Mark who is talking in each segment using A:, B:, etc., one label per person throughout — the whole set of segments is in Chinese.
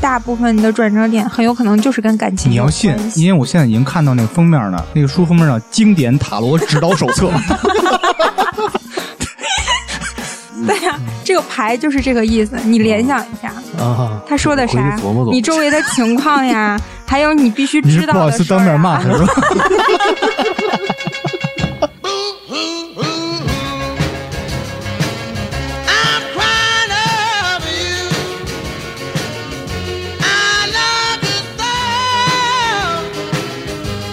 A: 大部分的转折点很有可能就是跟感情
B: 你要
A: 有
B: 信
A: 关，系
B: 因为我现在已经看到那个封面了，那个书封面上《经典塔罗指导手册》
A: 对呀、
B: 嗯
A: 这个牌就是这个意思。你联想一下，
C: 啊，
A: 他说的
C: 回去
A: 啥
C: 琢磨琢磨，
A: 你周围的情况 呀，还有你必须
B: 你是
A: 知
B: 不
A: 道
B: 好
A: 的
B: 意思
A: 事儿
B: 当面骂
A: 啊。
B: 他是吧？
D: Ooh, ooh, ooh. I'm crying over you. I love you so.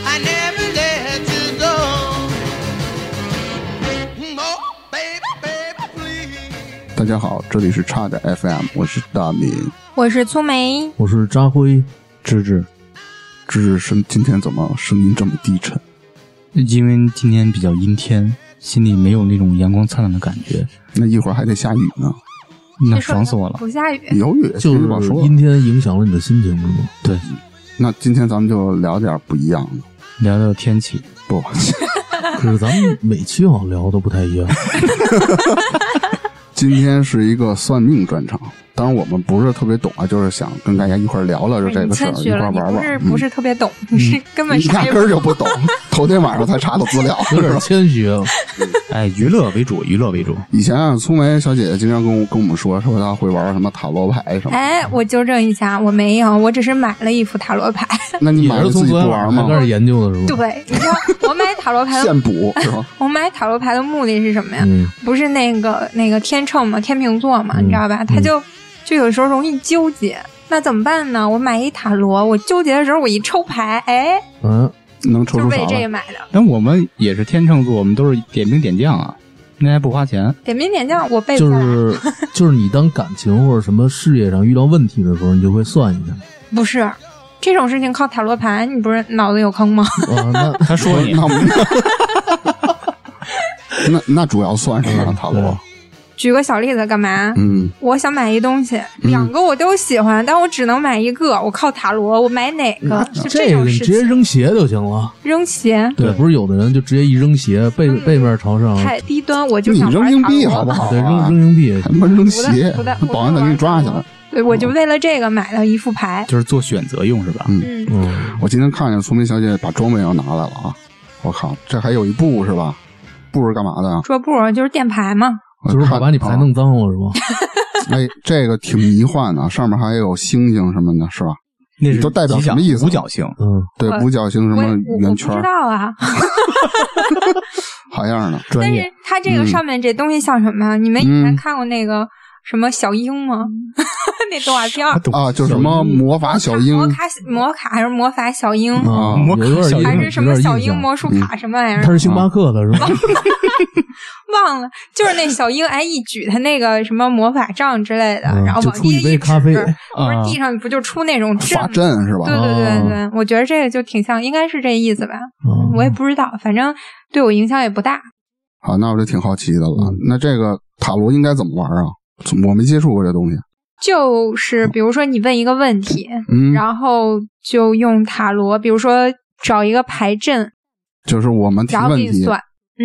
D: I never let you go. Mm, Oh, baby, baby, please.
E: 大家好，这里是差点 FM，我是大明。
A: 我是粗梅，
C: 我是张辉，芝芝，
E: 这是声，今天怎么声音这么低沉？
B: 因为今天比较阴天，心里没有那种阳光灿烂的感觉，
E: 那一会儿还得下雨呢，
B: 那
A: 谁说
B: 爽
A: 的
B: 死我了。
A: 不下雨，
E: 有雨
C: 哎就
E: 谁不好
C: 是
E: 说。
C: 阴天影响了你的心情是吗？
B: 对，
E: 那今天咱们就聊点不一样的，
B: 聊聊天气，
E: 不，
C: 可是咱们每期好像聊的不太一样，
E: 今天是一个算命专场。当然我们不是特别懂啊，就是想跟大家一块儿聊聊这这
A: 哎你
E: 个事儿，
A: 谦
E: 一
A: 虚
E: 块
A: 了，
E: 儿
A: 你
E: 玩
A: 不是
E: 玩。
A: 不是特别懂，你是根
E: 嗯，
A: 本
E: 一
A: 啥
E: 压
A: 也
E: 根儿就不懂， 头天晚上才查的资 料。
C: 有点谦虚 啊。
B: 哎，娱乐为主，娱乐为主。
E: 以前啊，聪梅小姐姐经常跟我跟我们说，说她会玩什么塔罗牌什么。
A: 哎，我纠正一下，我没有，我只是买了一副塔罗牌。
E: 那你
C: 你
E: 买了
C: 是
E: 自
C: 从
E: 己
C: 昨
E: 不
C: 天
E: 玩
C: 晚上
E: 吗
C: 开？始研究的
B: 嗯
C: 是吧？
A: 对，你知道我买塔罗 牌的，
E: 现补 是吧？
A: 我买塔罗牌的目的是什么呀？
C: 嗯，
A: 不是那个那个天秤嘛，天秤座嘛，
C: 嗯
A: 你知道吧？他就就有时候容易纠结，那怎么办呢？我买一塔罗，我纠结的时候我一抽牌，哎，
C: 嗯，
E: 能抽
A: 就
E: 出啥
A: 为这
E: 来
A: 个？买的。
B: 但我们也是天秤座，我们都是点兵点将啊，那还不花钱。
A: 点兵点将，我背不
C: 就
A: 下来，
C: 是 就是你当感情或者什么事业上遇到问题的时候，你就会算 一下
A: 不是这种事情靠塔罗牌，你不是脑子有坑吗？
C: 啊。那
B: 他说你
E: 那我们 那那主要算是塔罗，
A: 举个小例子，干嘛？
E: 嗯，
A: 我想买一东西，
C: 嗯
A: 两个我都喜欢，但我只能买一个。我靠塔罗，我买哪个？就
C: 这个
A: 种
C: 你
A: 事
C: 直接
A: 情。
C: 扔鞋就行了。
A: 扔鞋
B: 对
C: 不是有的人就直接一扔鞋，背
A: 嗯
C: 背面朝上，
A: 太嗯低端，我就
E: 你
A: 想
E: 扔
A: 玩
E: 硬
A: 塔
E: 币
A: 罗
E: 好不好啊？
C: 对，扔扔硬币
E: 还，他妈扔鞋
A: 不带不，带
E: 保安得给你抓起来。
A: 对，我就
C: 嗯
A: 为了这个买了一副牌。
B: 就是做选择用是吧？
E: 嗯
A: 嗯，
C: 嗯，
E: 我今天看见聪明小姐把装备要拿来了啊！我靠，这还有一步是吧？步是干嘛的啊？
A: 桌布就是垫牌嘛，
E: 我
C: 就是
E: 看啊
C: 把你牌弄脏了是吧？
E: 哎，这个挺迷幻的，啊上面还有星星什么的，是吧？
B: 那是
E: 都代表
B: 吉祥
E: 什么意思
B: 五角星，
C: 嗯，
E: 对，
A: 我
E: 五角星什
A: 我也
E: 么
A: 我我
E: 圆
A: 不
E: 圈
A: 知，道啊。
E: 好样的！
B: 专
A: 但
B: 业
A: 是它这个
E: 嗯
A: 上面这东西像什么啊？你们以前
E: 嗯
A: 看过那个什么小鹰吗？ 那动画片儿
E: 啊，就什么魔法小鹰
A: 魔卡魔卡还是魔法小鹰，
C: 啊，
B: 摩卡
C: 有点
B: 小
C: 有
B: 鹰
C: 点有
A: 还是什么
C: 点
A: 小
C: 印
A: 鹰
C: 象嗯
A: 魔术卡什么玩意儿
C: 他？是星巴克的是 吧？啊
A: 忘了，就是那小鹰，哎，一举他那个什么魔法杖之类的，
C: 嗯
A: 然后
C: 就
A: 往
C: 出
A: 地
C: 一
A: 下
C: 杯
A: 指
C: 咖啡
A: 不是
B: 啊
A: 地上不就出那种阵
E: 法
A: 吗？
E: 阵是吧？
A: 对对
C: 啊
A: 对对，我觉得这个就挺像，应该是这意思吧。
E: 哦
C: 嗯
A: 我也不知道，反正对我影响也不大。
E: 好，啊那我就挺好奇的了
C: 嗯。
E: 那这个塔罗应该怎么玩啊？我没接触过这东西。
A: 就是比如说你问一个问题，
E: 嗯，
A: 然后就用塔罗，比如说找一个牌阵，
E: 就是我们提
A: 然后
E: 问
A: 给你
E: 题，
A: 算。嗯，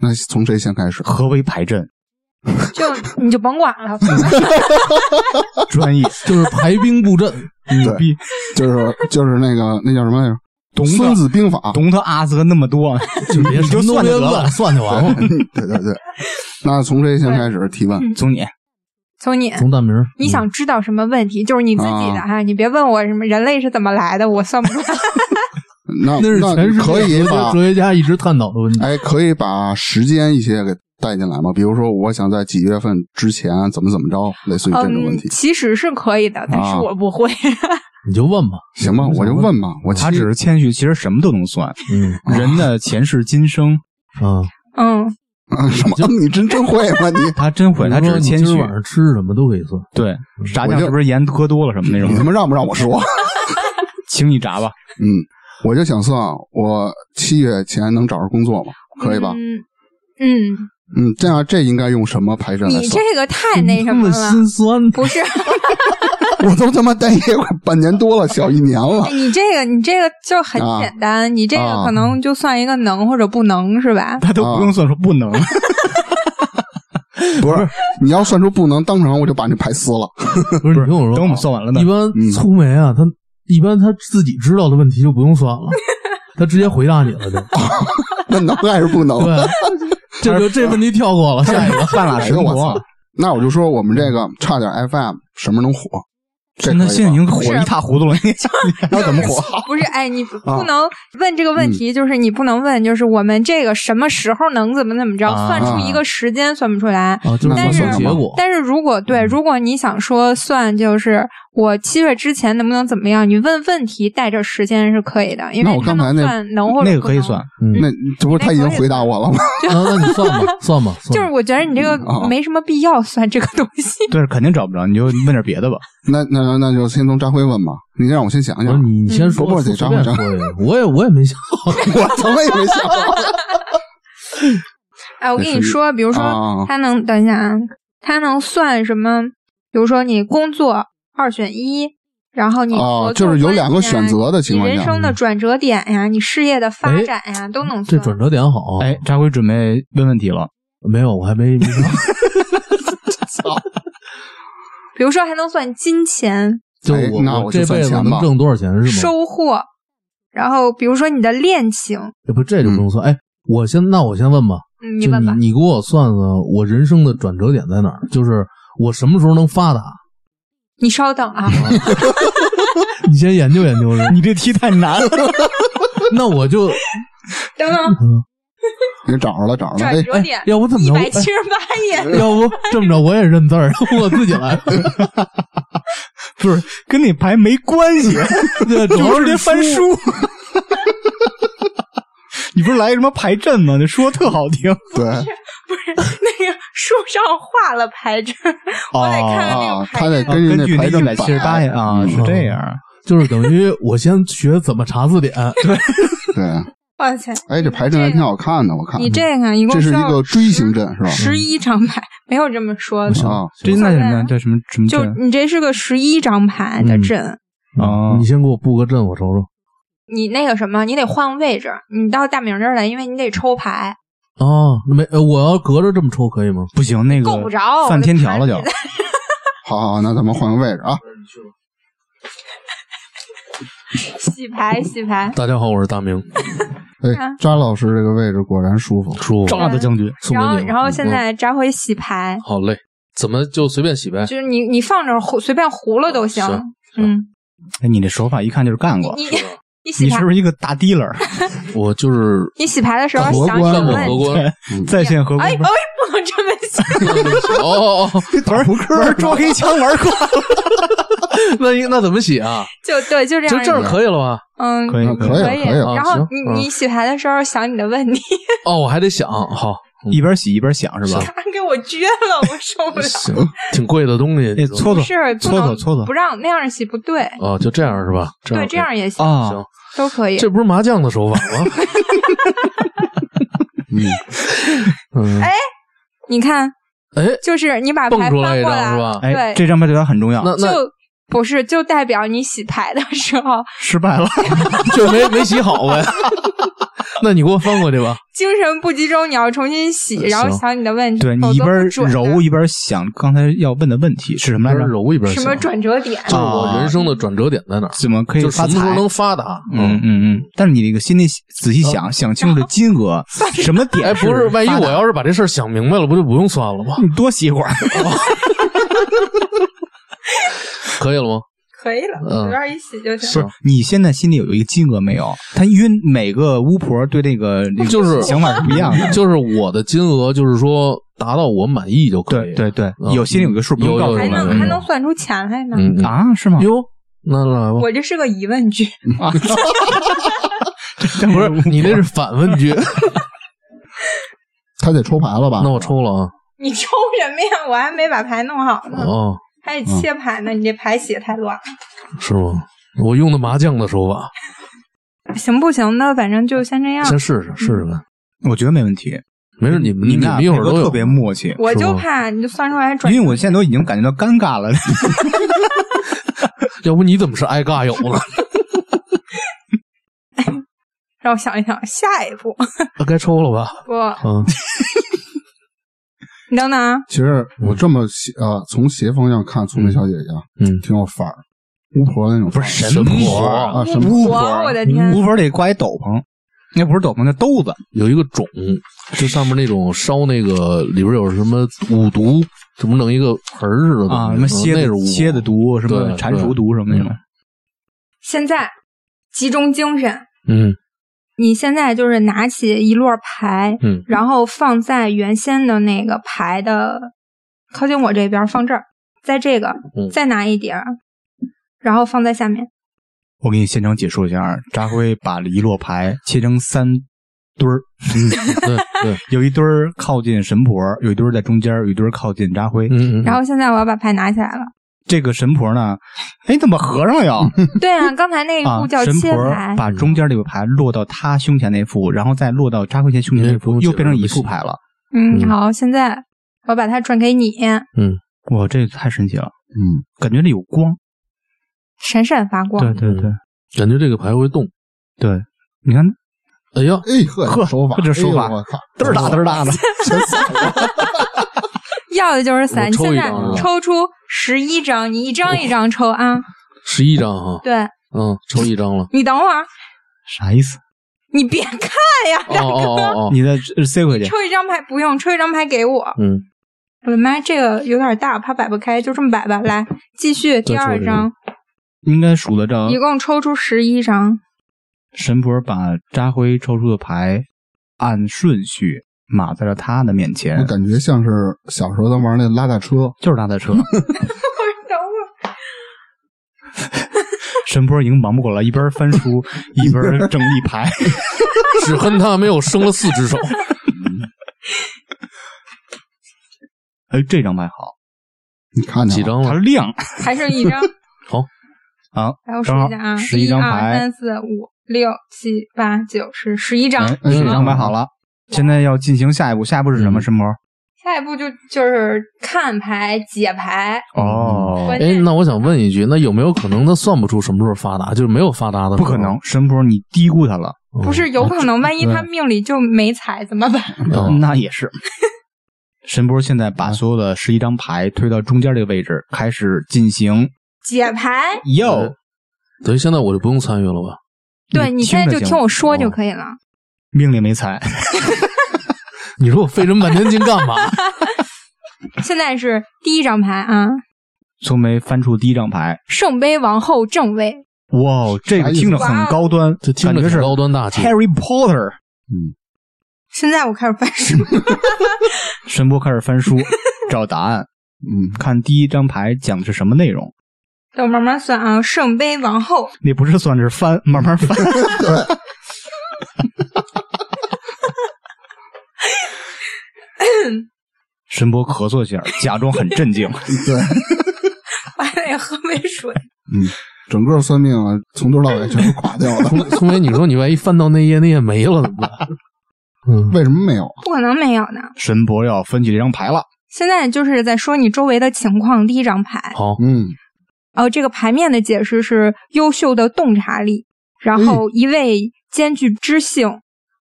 E: 那从谁先开始？
B: 何为牌阵？
A: 就你就甭管了，
B: 专业
C: 就是排兵布阵，
B: 牛逼，
E: 就是就是那个那叫什么来着？
B: 懂
E: 《
B: 的
E: 孙子兵法》
B: 懂他阿泽那么 多，
C: 就别
B: 你就
C: 什么都
B: 算
C: 别
B: 就得了
C: 问，算就完了。
E: 对对对。那从谁先开始提问？
A: 嗯
B: 总你
A: 从你。
C: 从大名儿，
A: 你想知道什么问题，就是你自己的
E: 啊
A: 哈，你别问我什么人类是怎么来的，我 算不出来。
E: 那
C: 嗯那是全世界
E: 可以
C: 哲
E: 把
C: 学哲学家一直探讨的问题。
E: 哎，可以把时间一些给带进来吗？比如说，我想在几月份之前怎么怎么着，类似于这种
A: 嗯，
E: 问题，
A: 其实是可以的，但是
E: 啊
A: 我不会。
C: 你就嗯问吧，
E: 行吧？我就问吧，我
B: 他
E: 其
B: 只
E: 啊
B: 是谦虚，其实什么都能算，
C: 嗯
B: 人的前世今生，
C: 啊，
A: 嗯，
E: 什么？你真真会吗？你
B: 他真会，他
C: 比
B: 只
C: 如说你
B: 是谦虚
C: 今。儿晚上吃什么都可以算，
B: 对，炸
E: 我
B: 酱
E: 就是嗯
B: 不是盐喝多了什么那
E: 你他
B: 种？
E: 妈让不让我说？
B: 请你炸吧，
E: 嗯，我就想算啊我七月前能找着工作吗？可以吧？
A: 嗯嗯，
E: 嗯，这样这应该用什么排阵来
A: 你
E: 算？
A: 这个太那什
C: 这么
A: 么了，
C: 心酸，
A: 不是
E: 我都他妈待业快半年多了，小一年了。
A: 哎你这个你这个就很
E: 啊
A: 简单，你这个
E: 啊
A: 可能就算一个能或者不能是吧？
B: 他都不用算，说不能。
E: 不是，你要算出不能，当场我就把你牌撕了。
F: 不是你听我说，
B: 等我们算完了呢
F: 一。般
E: 嗯
F: 粗眉啊，他一般他自己知道的问题就不用算了， 他直接回答你了就。
E: 那能还是不能？
F: 对，这就这问题跳过了，下一个
B: 半拉
E: 哎
B: 神
E: 呦我
B: 佛
E: 操，！那我就说我们这个差点 FM 什么能火？ 这
B: 那
E: 可以
B: 现在已
E: 吧
B: 经火一塌糊涂了，你
E: 那怎么火？
A: 不是，哎，你不
E: 啊嗯
A: 不能问这个问题，就是你不能问，就是我们这个什么时候能怎么怎么着，
F: 啊
A: 算出一个时间算不出来。
F: 啊，就是
A: 但
F: 算
A: 是
F: 算结果。
A: 但是如果
E: 嗯
A: 对，如果你想说算，就是我七月之前能不能怎么样？你问问题带着时间是可以的，因
E: 那
A: 为
E: 我
A: 他
E: 刚才
A: 能
E: 那
A: 算能或者
B: 那个
A: 不
B: 可以
A: 能
B: 算。
F: 嗯，啊
E: 那这不是他已经回答我了吗？
F: 那那你算吧，算吧，
A: 就
F: 算
A: 是
F: 吧。
A: 我觉得你这
E: 啊
A: 个没什么必要算这个东西。
B: 对，肯定找不着，你就问点别的吧。
E: 那那那就先从张辉问吧，你让我先想
F: 我说
E: 想。
F: 你你先说，
E: 不不得
F: 随
E: 张
F: 便
E: 张
F: 说一个。我也我也没想 好，
E: 我怎么也没想到？
A: 哎，我跟
E: 那
A: 你
E: 是
A: 说，比如说
E: 啊，
A: 他能等一下啊，他能算什么？比如说你工作二选一，然后你
E: 哦
A: 合，
E: 就
A: 作
E: 是有
A: 关
E: 两
A: 系
E: 个
A: 啊
E: 选择的情
A: 你
E: 况
A: 人
E: 下，嗯
A: 生的转折点呀，你事业的发
F: 哎
A: 展呀，都能算。
F: 这转折点好。
E: 哦
B: 哎，，扎辉准备问问题了，。
F: 没有，我还没没想好。
A: 比如说还能算金钱
F: 就
E: 哎
F: 我
E: 那
F: 我
E: 我
F: 这
E: 就算
F: 辈子
E: 钱吧
F: 能挣多少钱是吗？
A: 收获，然后比如说你的恋情，
F: 哎不，这就不用算。哎，我先那我先问吧，
A: 嗯你
F: 就
A: 问
F: 你
A: 吧。
F: 你给我算算我人生的转折点在哪儿？就是我什么时候能发达？
A: 你稍等啊，
F: 你先研究研究这
B: 你这题太难了。
F: 那 我就
A: 等等，
F: 嗯，
E: 你找着了，找着了。
A: 转
E: 啊哎，
A: 折点
F: 要不怎么
A: 一
F: 着？
A: 百七
F: 哎
A: 十八页。
F: 要不这么着，我也认字儿， 我自己来。
B: 不是跟那牌没关系，
F: 对，主要
B: 就是直接翻
F: 书。
B: 书。你不是来什么牌阵吗？那说特好听，
E: 对，
A: 那个树上画了牌 阵，我得看看那
E: 啊
A: 个，
E: 他
A: 牌
E: 得
A: 阵。
E: 根据
B: 哦根据那
E: 那牌
B: 一
E: 阵
B: 百七十八
E: 摆
B: 页啊，是这样。
F: 就是等于我先学怎么查字典，对，
E: 对，
A: 哇塞，
E: 哎，这牌阵还挺好看的，我看嗯
A: 你这个一共
E: 这是
A: 需
E: 一
A: 要嗯
E: 个锥形阵是吧？
A: 十一张牌，没有这么说的。
E: 啊，
B: 这那
A: 算
B: 什
A: 了
B: 么叫什么什么
A: 就
B: 阵
A: 你这是个十一张牌的
F: 嗯
A: 阵，
B: 哦
F: 你先给我布个阵，我瞅瞅。
A: 你那个什么，你得换位置，你到大明这儿来，因为你得抽牌，
F: 啊，没，呃我要隔着这么抽可以吗？
B: 不行，那个
A: 够不着
B: 犯天条了就
A: 我的。牌
E: 好好，好那咱们换个位置啊。
A: 洗牌洗牌。
F: 大家好，我是大 明，
A: 嗯啊
E: 哎，扎老师这个位置果然舒服。
F: 叔，
B: 炸的将军，
F: 送给
A: 然后
F: 你了。
A: 然后
F: 嗯
A: 现在扎辉洗牌，
F: 好嘞，怎么就随便洗呗？
A: 就是你你放这儿胡随便胡了都行
F: 是。
A: 嗯，
B: 哎，你这手法一看就是干过。
A: 你你洗
B: 你
A: 牌
B: 是不是一个大 dealer？
F: 我就是
A: 你洗牌的时候
E: 干
A: 想什
E: 过干
A: 么
E: 过
A: 问
E: 荷
A: 题？
F: 官。
B: 在线合
A: 哎哎，不
B: 规，
A: 能这么想。
F: 哦哦哦，
B: 玩扑克，玩抓黑枪玩过。
F: 那应那怎么洗啊？
A: 就对，就这
F: 就
A: 样。
F: 这儿可以了吧？
A: 嗯，
B: 可以
E: 啊
B: 可
E: 以
A: 可
E: 了可以了
A: 然后
F: 行
A: 你
F: 嗯
A: 你洗牌的时候想你的问题，
F: 哦，我还得想，好，
B: 一边洗一边想是吧？
A: 他给我撅了，我受不了。
F: 行，挺贵的东西
B: 那，哎搓
A: 不
B: 搓
A: 是，不
B: 搓
A: 能
B: 搓搓搓
A: 不让那样洗不对。
F: 哦，就这样是吧？
A: 对，这样也行，
B: 啊
F: 行，
A: 都可以。
F: 这不是麻将的手法吗？
E: 嗯，
F: 嗯，
A: 你看，
F: 哎，
A: 就是你把
F: 蹦
A: 牌翻
F: 出
A: 过
F: 来一张
A: 来，
F: 是吧？
B: 哎，
A: 对
B: 这张牌对他很重要。
F: 那那
A: 就不是就代表你洗牌的时候
B: 失败了，
F: 就没没洗好呗。 那你给我翻过去吧。
A: 精神不集中，你要重新洗，
F: 行
A: 然后想你的问题，
B: 对
A: 否
B: 你
A: 则
B: 一边
A: 不准的
B: 揉一边想刚才要问的问题是什么来着？
F: 揉一边啊
A: 什么
F: 转，
A: 转折点。
F: 就是我人生的转折点在哪儿？
B: 怎么可以
F: 就是什
B: 发
F: 么时候
B: 财？
F: 能发达？
B: 嗯，嗯嗯，但是你这个心里仔细想，想清楚这金 额什么点
F: 哦哎，不
B: 嗯是
F: 是，万一
B: 发达嗯
F: 我要是把这事儿想明白了，不就不用算了吗？
B: 你多洗一 会儿，
F: 可以了吗？
A: 可以了
F: 嗯随
A: 便一洗就
B: 不是。你现在心里有一个金额没有？他因为每个巫婆对这个这个
F: 就是
B: 想法是不一样的。
F: 就是我的金额，就是说达到我满意就可以。
B: 对对对
F: 嗯，
B: 有心里有个数，不用
F: 有
B: 告诉
A: 还
F: 有
B: 我
A: 能
F: 有
A: 还
B: 们嗯
A: 能算出钱来呢？
F: 嗯，嗯
B: 啊？是吗？
F: 哟，那来吧。
A: 我这是个疑问句，
F: 不是你那是反问句，
E: 他得抽牌了吧？
F: 那我抽了啊。
A: 你抽什么呀？我还没把牌弄好呢，
F: 哦，
A: 还得切牌呢。你这牌洗的太乱了，
F: 是吗？我用的麻将的手法，
A: 行不行呢？反正就先这样。
F: 先试试试试
A: 嗯
F: 看。
B: 我觉得没问题。
F: 没事，你们
B: 你
F: 们
B: 俩
F: 一会
B: 配
F: 儿
B: 合
F: 都有
B: 特别默契，
A: 我
F: 是
A: 就
F: 吗
A: 怕你就算出来转
B: 因为我现在都已经感觉到尴尬了。
F: 要不你怎么是挨尬友呢？
A: 让我想一想，下一步
F: 嗯该抽了吧？
A: 不，
F: 嗯，
A: 你等等啊，
E: 其实我这么斜啊，从斜方向看聪明小姐姐，
B: 嗯
E: 挺有范儿，巫婆那种范儿，
B: 神婆
E: 啊，神
A: 巫
E: 婆
A: 婆，我的天，
B: 巫婆得挂一斗篷，那不是斗篷，那兜子。
F: 有一个种，就上面那种烧那个里边有什么五毒，怎么弄一个盆儿似的东
B: 啊，
F: 西
B: 什么蝎
F: 那
B: 子
F: 是五
B: 蝎子毒，什么
F: 对
B: 蟾蜍毒，什么那种。
A: 现在集中精神，
F: 嗯
A: 你现在就是拿起一摞牌，
F: 嗯
A: 然后放在原先的那个牌的靠近我这边，放这儿，在这个
F: 嗯
A: 再拿一叠儿，然后放在下面。
B: 我给你现场解说一下，啊扎辉把一摞牌切成三堆儿，
F: 对对，
B: 有一堆儿靠近神婆，有一堆儿在中间，有一堆儿靠近扎辉。
F: 嗯嗯，
A: 然后现在我要把牌拿起来 了。
B: 这个神婆呢，哎，怎么合上了又？
A: 对啊，刚才那一
B: 啊
A: 步叫，
B: 神
A: 切
B: 婆
A: 牌，
B: 把中间这个牌落到他胸前那副，然后再落到扎辉前胸前那
F: 嗯
B: 副，
F: 不
B: 又
F: 用
B: 变成
F: 解
B: 一
F: 释
B: 副牌了。
A: 嗯，
F: 嗯
A: 好，现在我把它转给你，
B: 哇，这太神奇了，
E: 嗯，
B: 感觉这有光。
A: 闪闪发光。
B: 对对对
F: 嗯感觉这个牌会动。
B: 对，你看
F: 哎呀，
E: 哎呵，
B: 呵
E: 手法，
B: 这手法
E: 哎呦我靠，
B: 嘚儿哒嘚儿哒的，
E: 真散了，
A: 要的就是
F: 我
A: 伞。
F: 抽
A: 现
F: 一
A: 在
F: 张啊
A: 抽出十一张，你一张一张抽啊。
F: 十一张哈，
A: 对
F: 嗯，抽一张了。
A: 你等会儿，
B: 啥意思？
A: 你别看呀，
F: 哦哦哦哦，
B: 你再塞回去。
A: 抽一张牌不用，抽一张牌给我。
F: 嗯，
A: 我的妈，这个有点大，我怕摆不开，就这么摆吧。来，继续第二张，
B: 应该数得着
A: 一共抽出十一张。
B: 神婆把扎辉抽出的牌按顺序码在了他的面前
E: 我，感觉像是小时候咱玩那拉大车，
B: 就是他 的车。
A: 等会
B: 神婆已经忙不过来，一边翻书一边整理牌。
F: 只恨他没有生了四只手。
B: 哎，这张牌好，
E: 你看见
F: 几
E: 了吗？
B: 它
F: 张了？
B: 亮。
A: 儿还剩一张，
B: 好，
A: 来我数
B: 正好
A: 一下啊，
B: 11
A: 一
B: 张
A: 二
B: 牌
A: 三四五六七八九十十一张
B: 哎。，
E: 嗯
B: 这张牌好了。现在要进行下一步，下一步是什么？
F: 嗯
B: 神婆？
A: 下一步就就是看牌解牌，
B: 哦
A: 关
F: 哎，
A: 键
F: 那我想问一句，那有没有可能他算不出什么时候发达，就是没有发达的？
B: 不可能，，神婆你低估他了，
F: 哦
A: 不是有可能，万一他命里就没财怎么办？
F: 嗯
B: 呃那也是。神婆现在把所有的十一张牌推到中间这个位置，开始进行
A: 解牌，
F: 嗯
B: 哟。
F: 等于现在我就不用参与了吧？
A: 对你现在
B: 着
A: 就
B: 行
A: 听我说就
F: 哦
A: 可以了。
B: 命里没财，
F: 你说我费这么半天劲干嘛？
A: 现在是第一张牌啊，
B: 从没翻出第一张牌。
A: 圣杯王后正位，
B: 哇哦，这个听着很高端，
F: 这听
B: 感
F: 着
B: 觉是
F: 挺高端大气。
B: Harry Potter。
A: 现在我开始翻书，
B: 神波开始翻书， 找答案，
E: 嗯，
B: 看第一张牌讲的是什么内容。
A: 等我慢慢算啊。圣杯王后，
B: 那不是算是翻， 慢慢翻。 神波咳嗽一下，假装很震惊。
E: 对，
A: 我还得喝杯水。
E: 整个算命啊，从头到尾全都垮掉了。
F: 聪聪梅，你说你万一翻到那页，那页没了怎么办？嗯，
E: 为什么没有？
A: 不可能没有呢。
B: 神波要分析这张牌了，
A: 现在就是在说你周围的情况。第一张牌，
F: 好，
E: 嗯，
A: 然后这个牌面的解释是优秀的洞察力，然后一位兼具知性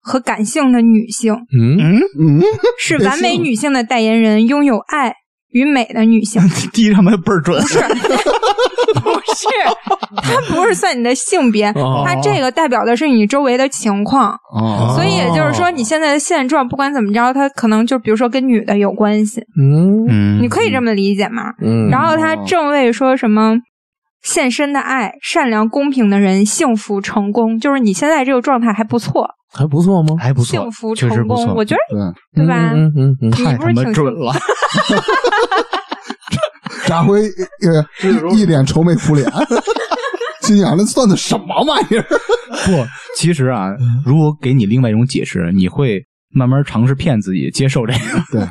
A: 和感性的女性，
F: 嗯，
B: 嗯，
E: 嗯，
A: 是完美女性的代言人，拥有爱与美的女性。
B: 第一张牌倍儿准。
A: 不是，它不是算你的性别，
F: 哦
A: 它这个代表的是你周围的情况。
E: 哦，
A: 所以也就是说，你现在的现状，不管怎么着，它可能就比如说跟女的有关系，
F: 嗯
B: 嗯
A: 你可以这么理解吗？
F: 嗯，
A: 然后它
E: 哦
A: 正位说什么？献身的爱，善良、公平的人，幸福成功，就是你现在这个状态还不错，
F: 还不错吗？
B: 还不错，
A: 幸福
B: 确实
A: 成
B: 不
A: 功，
B: 错。
A: 我觉得
E: 对，
A: 对吧？
F: 嗯嗯嗯，
A: 你
B: 太
A: 不
B: 他
A: 是
B: 妈
A: 挺
B: 准 了，
E: 扎辉呃一一脸愁眉 苦脸，心想那算的什么玩意儿？
B: 不，其实啊，
A: 嗯
B: 如果给你另外一种解释，你会慢慢尝试骗自己，接受这
A: 嗯
B: 个。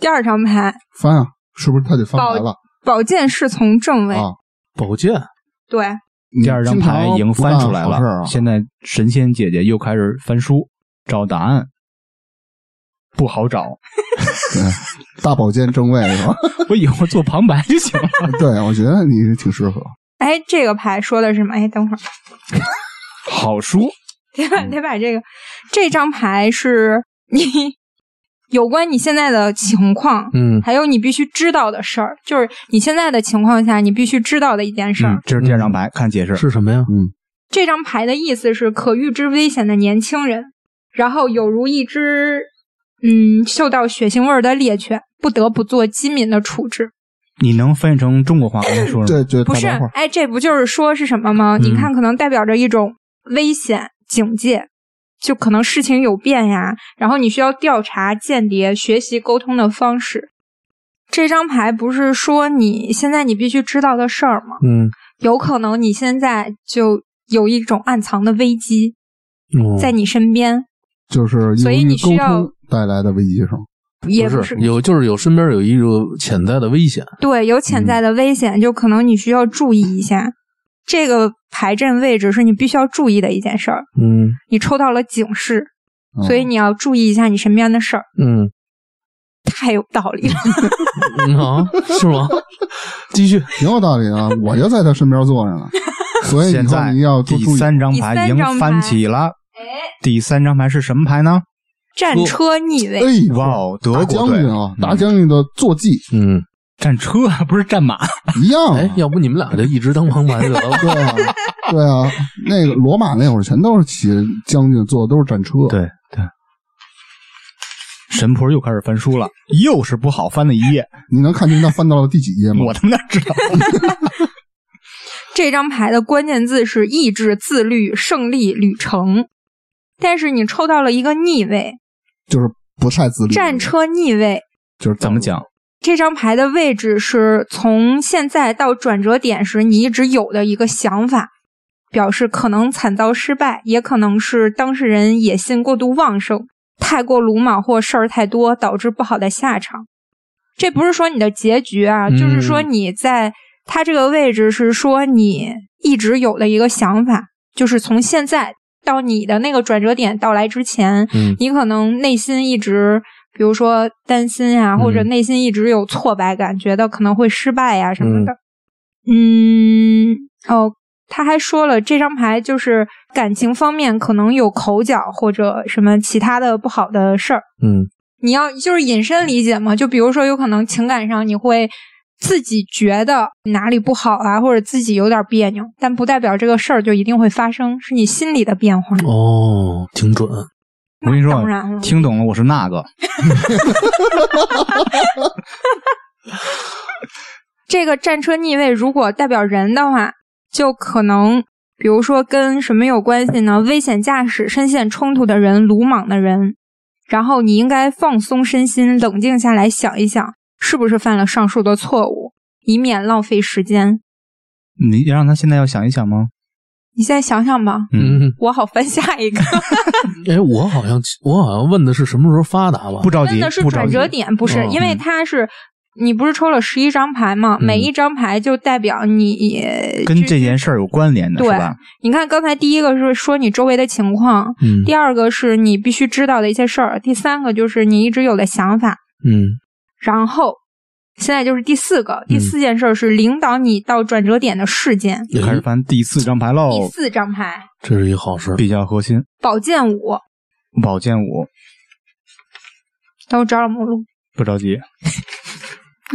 A: 第二张牌，
E: 翻啊，是不是他得翻牌了
A: 宝剑侍从正位，
B: 哦
E: 啊？
F: 宝剑，
A: 对，
E: 你
B: 第二张牌已经翻出来
E: 经常不干好
B: 了，
E: 事儿啊
B: 现在神仙姐姐又开始翻书找答案，不好 找，
E: 大宝剑正位 是吧？
B: 我以后做旁白就行了。
E: 对，我觉得你挺适合。
A: 哎，这个牌说的是什么？哎，等会儿，
B: 好书，
A: 得把得把这个这张牌是你有关你现在的情况，
F: 嗯
A: 还有你必须知道的事儿，就是你现在的情况下你必须知道的一件事儿。
B: 嗯，这是第二张牌，看解释。
C: 是什么呀？
A: 这张牌的意思是可预知危险的年轻人，然后有如一只嗯嗅到血腥味儿的猎犬，不得不做机敏的处置。
B: 你能翻译成中国话跟他说什么？
E: 这这
A: 不
E: 大
A: 是
E: 白话，，
A: 哎，这不就是说是什么吗？
F: 嗯
A: 你看，可能代表着一种危险警戒，就可能事情有变呀，然后你需要调查、间谍、学习沟通的方式。这张牌不是说你现在你必须知道的事儿吗？
F: 嗯，
A: 有可能你现在就有一种暗藏的危机
F: 哦
A: 在你身边，
E: 就是由
A: 所以
E: 于
A: 你需
E: 沟
A: 要
E: 通带来的危机上，
A: 也
F: 不是有就是有身边有一个潜在的危险，
A: 对，有潜
F: 嗯
A: 在的危险，就可能你需要注意一下。这个牌阵位置是你必须要注意的一件事儿。
F: 嗯
A: 你抽到了警示，
E: 嗯
A: 所以你要注意一下你身边的事儿。
F: 嗯
A: 太有道理了，
F: 嗯啊，是吗？继续，
E: 挺有道理 啊。我就在他身边坐着呢，所以以
B: 现
E: 后
B: 在
E: 你要多
B: 第
E: 注意。
B: 三张
A: 第
B: 牌
A: 三
B: 已
A: 张哎
B: 经翻起了。第三张牌是什么牌呢？
A: 战车逆 位。
E: 哎，
B: 哇哦，德
E: 大
B: 国
E: 将
B: 队
E: 军啊，大将军的坐骑
F: 嗯，
B: 战车不是战马，
E: 一样啊。
F: 哎，，要不你们俩就一直当旁白得了
E: 对啊，对啊，那个罗马那会儿全都是骑将军坐的都是战车，
B: 对对。神婆又开始翻书 了，又是不好翻的一页，
E: 你能看清他翻到了第几页吗？
B: 我他妈哪知道？
A: 这张牌的关键字是意志、自律、胜利、旅程。但是你抽到了一个逆位，
E: 就是不太自律，
A: 战车逆位。
E: 就是
B: 怎么讲？
A: 这张牌的位置是从现在到转折点时你一直有的一个想法，表示可能惨遭失败，也可能是当事人野心过度旺盛、太过鲁莽或事儿太多导致不好的下场。这不是说你的结局啊，就是说你在它这个位置是说你一直有的一个想法，就是从现在到你的那个转折点到来之前，
F: 嗯
A: 你可能内心一直，比如说担心呀、或者内心一直有挫败感，觉得可能会失败呀、什么的。嗯，哦，他还说了，这张牌就是感情方面可能有口角或者什么其他的不好的事儿。
F: 嗯
A: 你要就是引申理解嘛，就比如说有可能情感上你会自己觉得哪里不好啊，或者自己有点别扭，但不代表这个事儿就一定会发生，是你心理的变化。
F: 哦，挺准，
B: 我跟你说
A: 当然了，
B: 听懂了，我是那个，
A: 这个战车逆位如果代表人的话，就可能比如说跟什么有关系呢？危险驾驶、深陷冲突的人、鲁莽的人，然后你应该放松身心，冷静下来想一想，是不是犯了上述的错误，以免浪费时间。
B: 你让他现在要想一想吗？
A: 你现在想想吧，
B: 嗯，
F: 嗯，
A: 我好翻下一个。
F: 哎，我好像我好像问的是什么时候发达吧？
B: 不着
A: 真
B: 急
A: 的是，
B: 不着
A: 转
B: 急。嗯
A: 折点，不是、
F: 哦
A: 因为它是你不是抽了十一张牌吗？
F: 嗯
A: 每一张牌就代表你
B: 跟这件事儿有关联的是吧？
A: 你看刚才第一个是说你周围的情况，
F: 嗯
A: 第二个是你必须知道的一些事儿，第三个就是你一直有的想法，
F: 嗯
A: 然后现在就是第四个，第四件事儿是领导你到转折点的事件。
F: 哎
B: 开始翻第四张牌喽
A: 第，四张牌
F: 这是一个好事儿。
B: 比较核心，
A: 宝剑五，
B: 宝剑五，
A: 等我找找目录，
B: 不着急。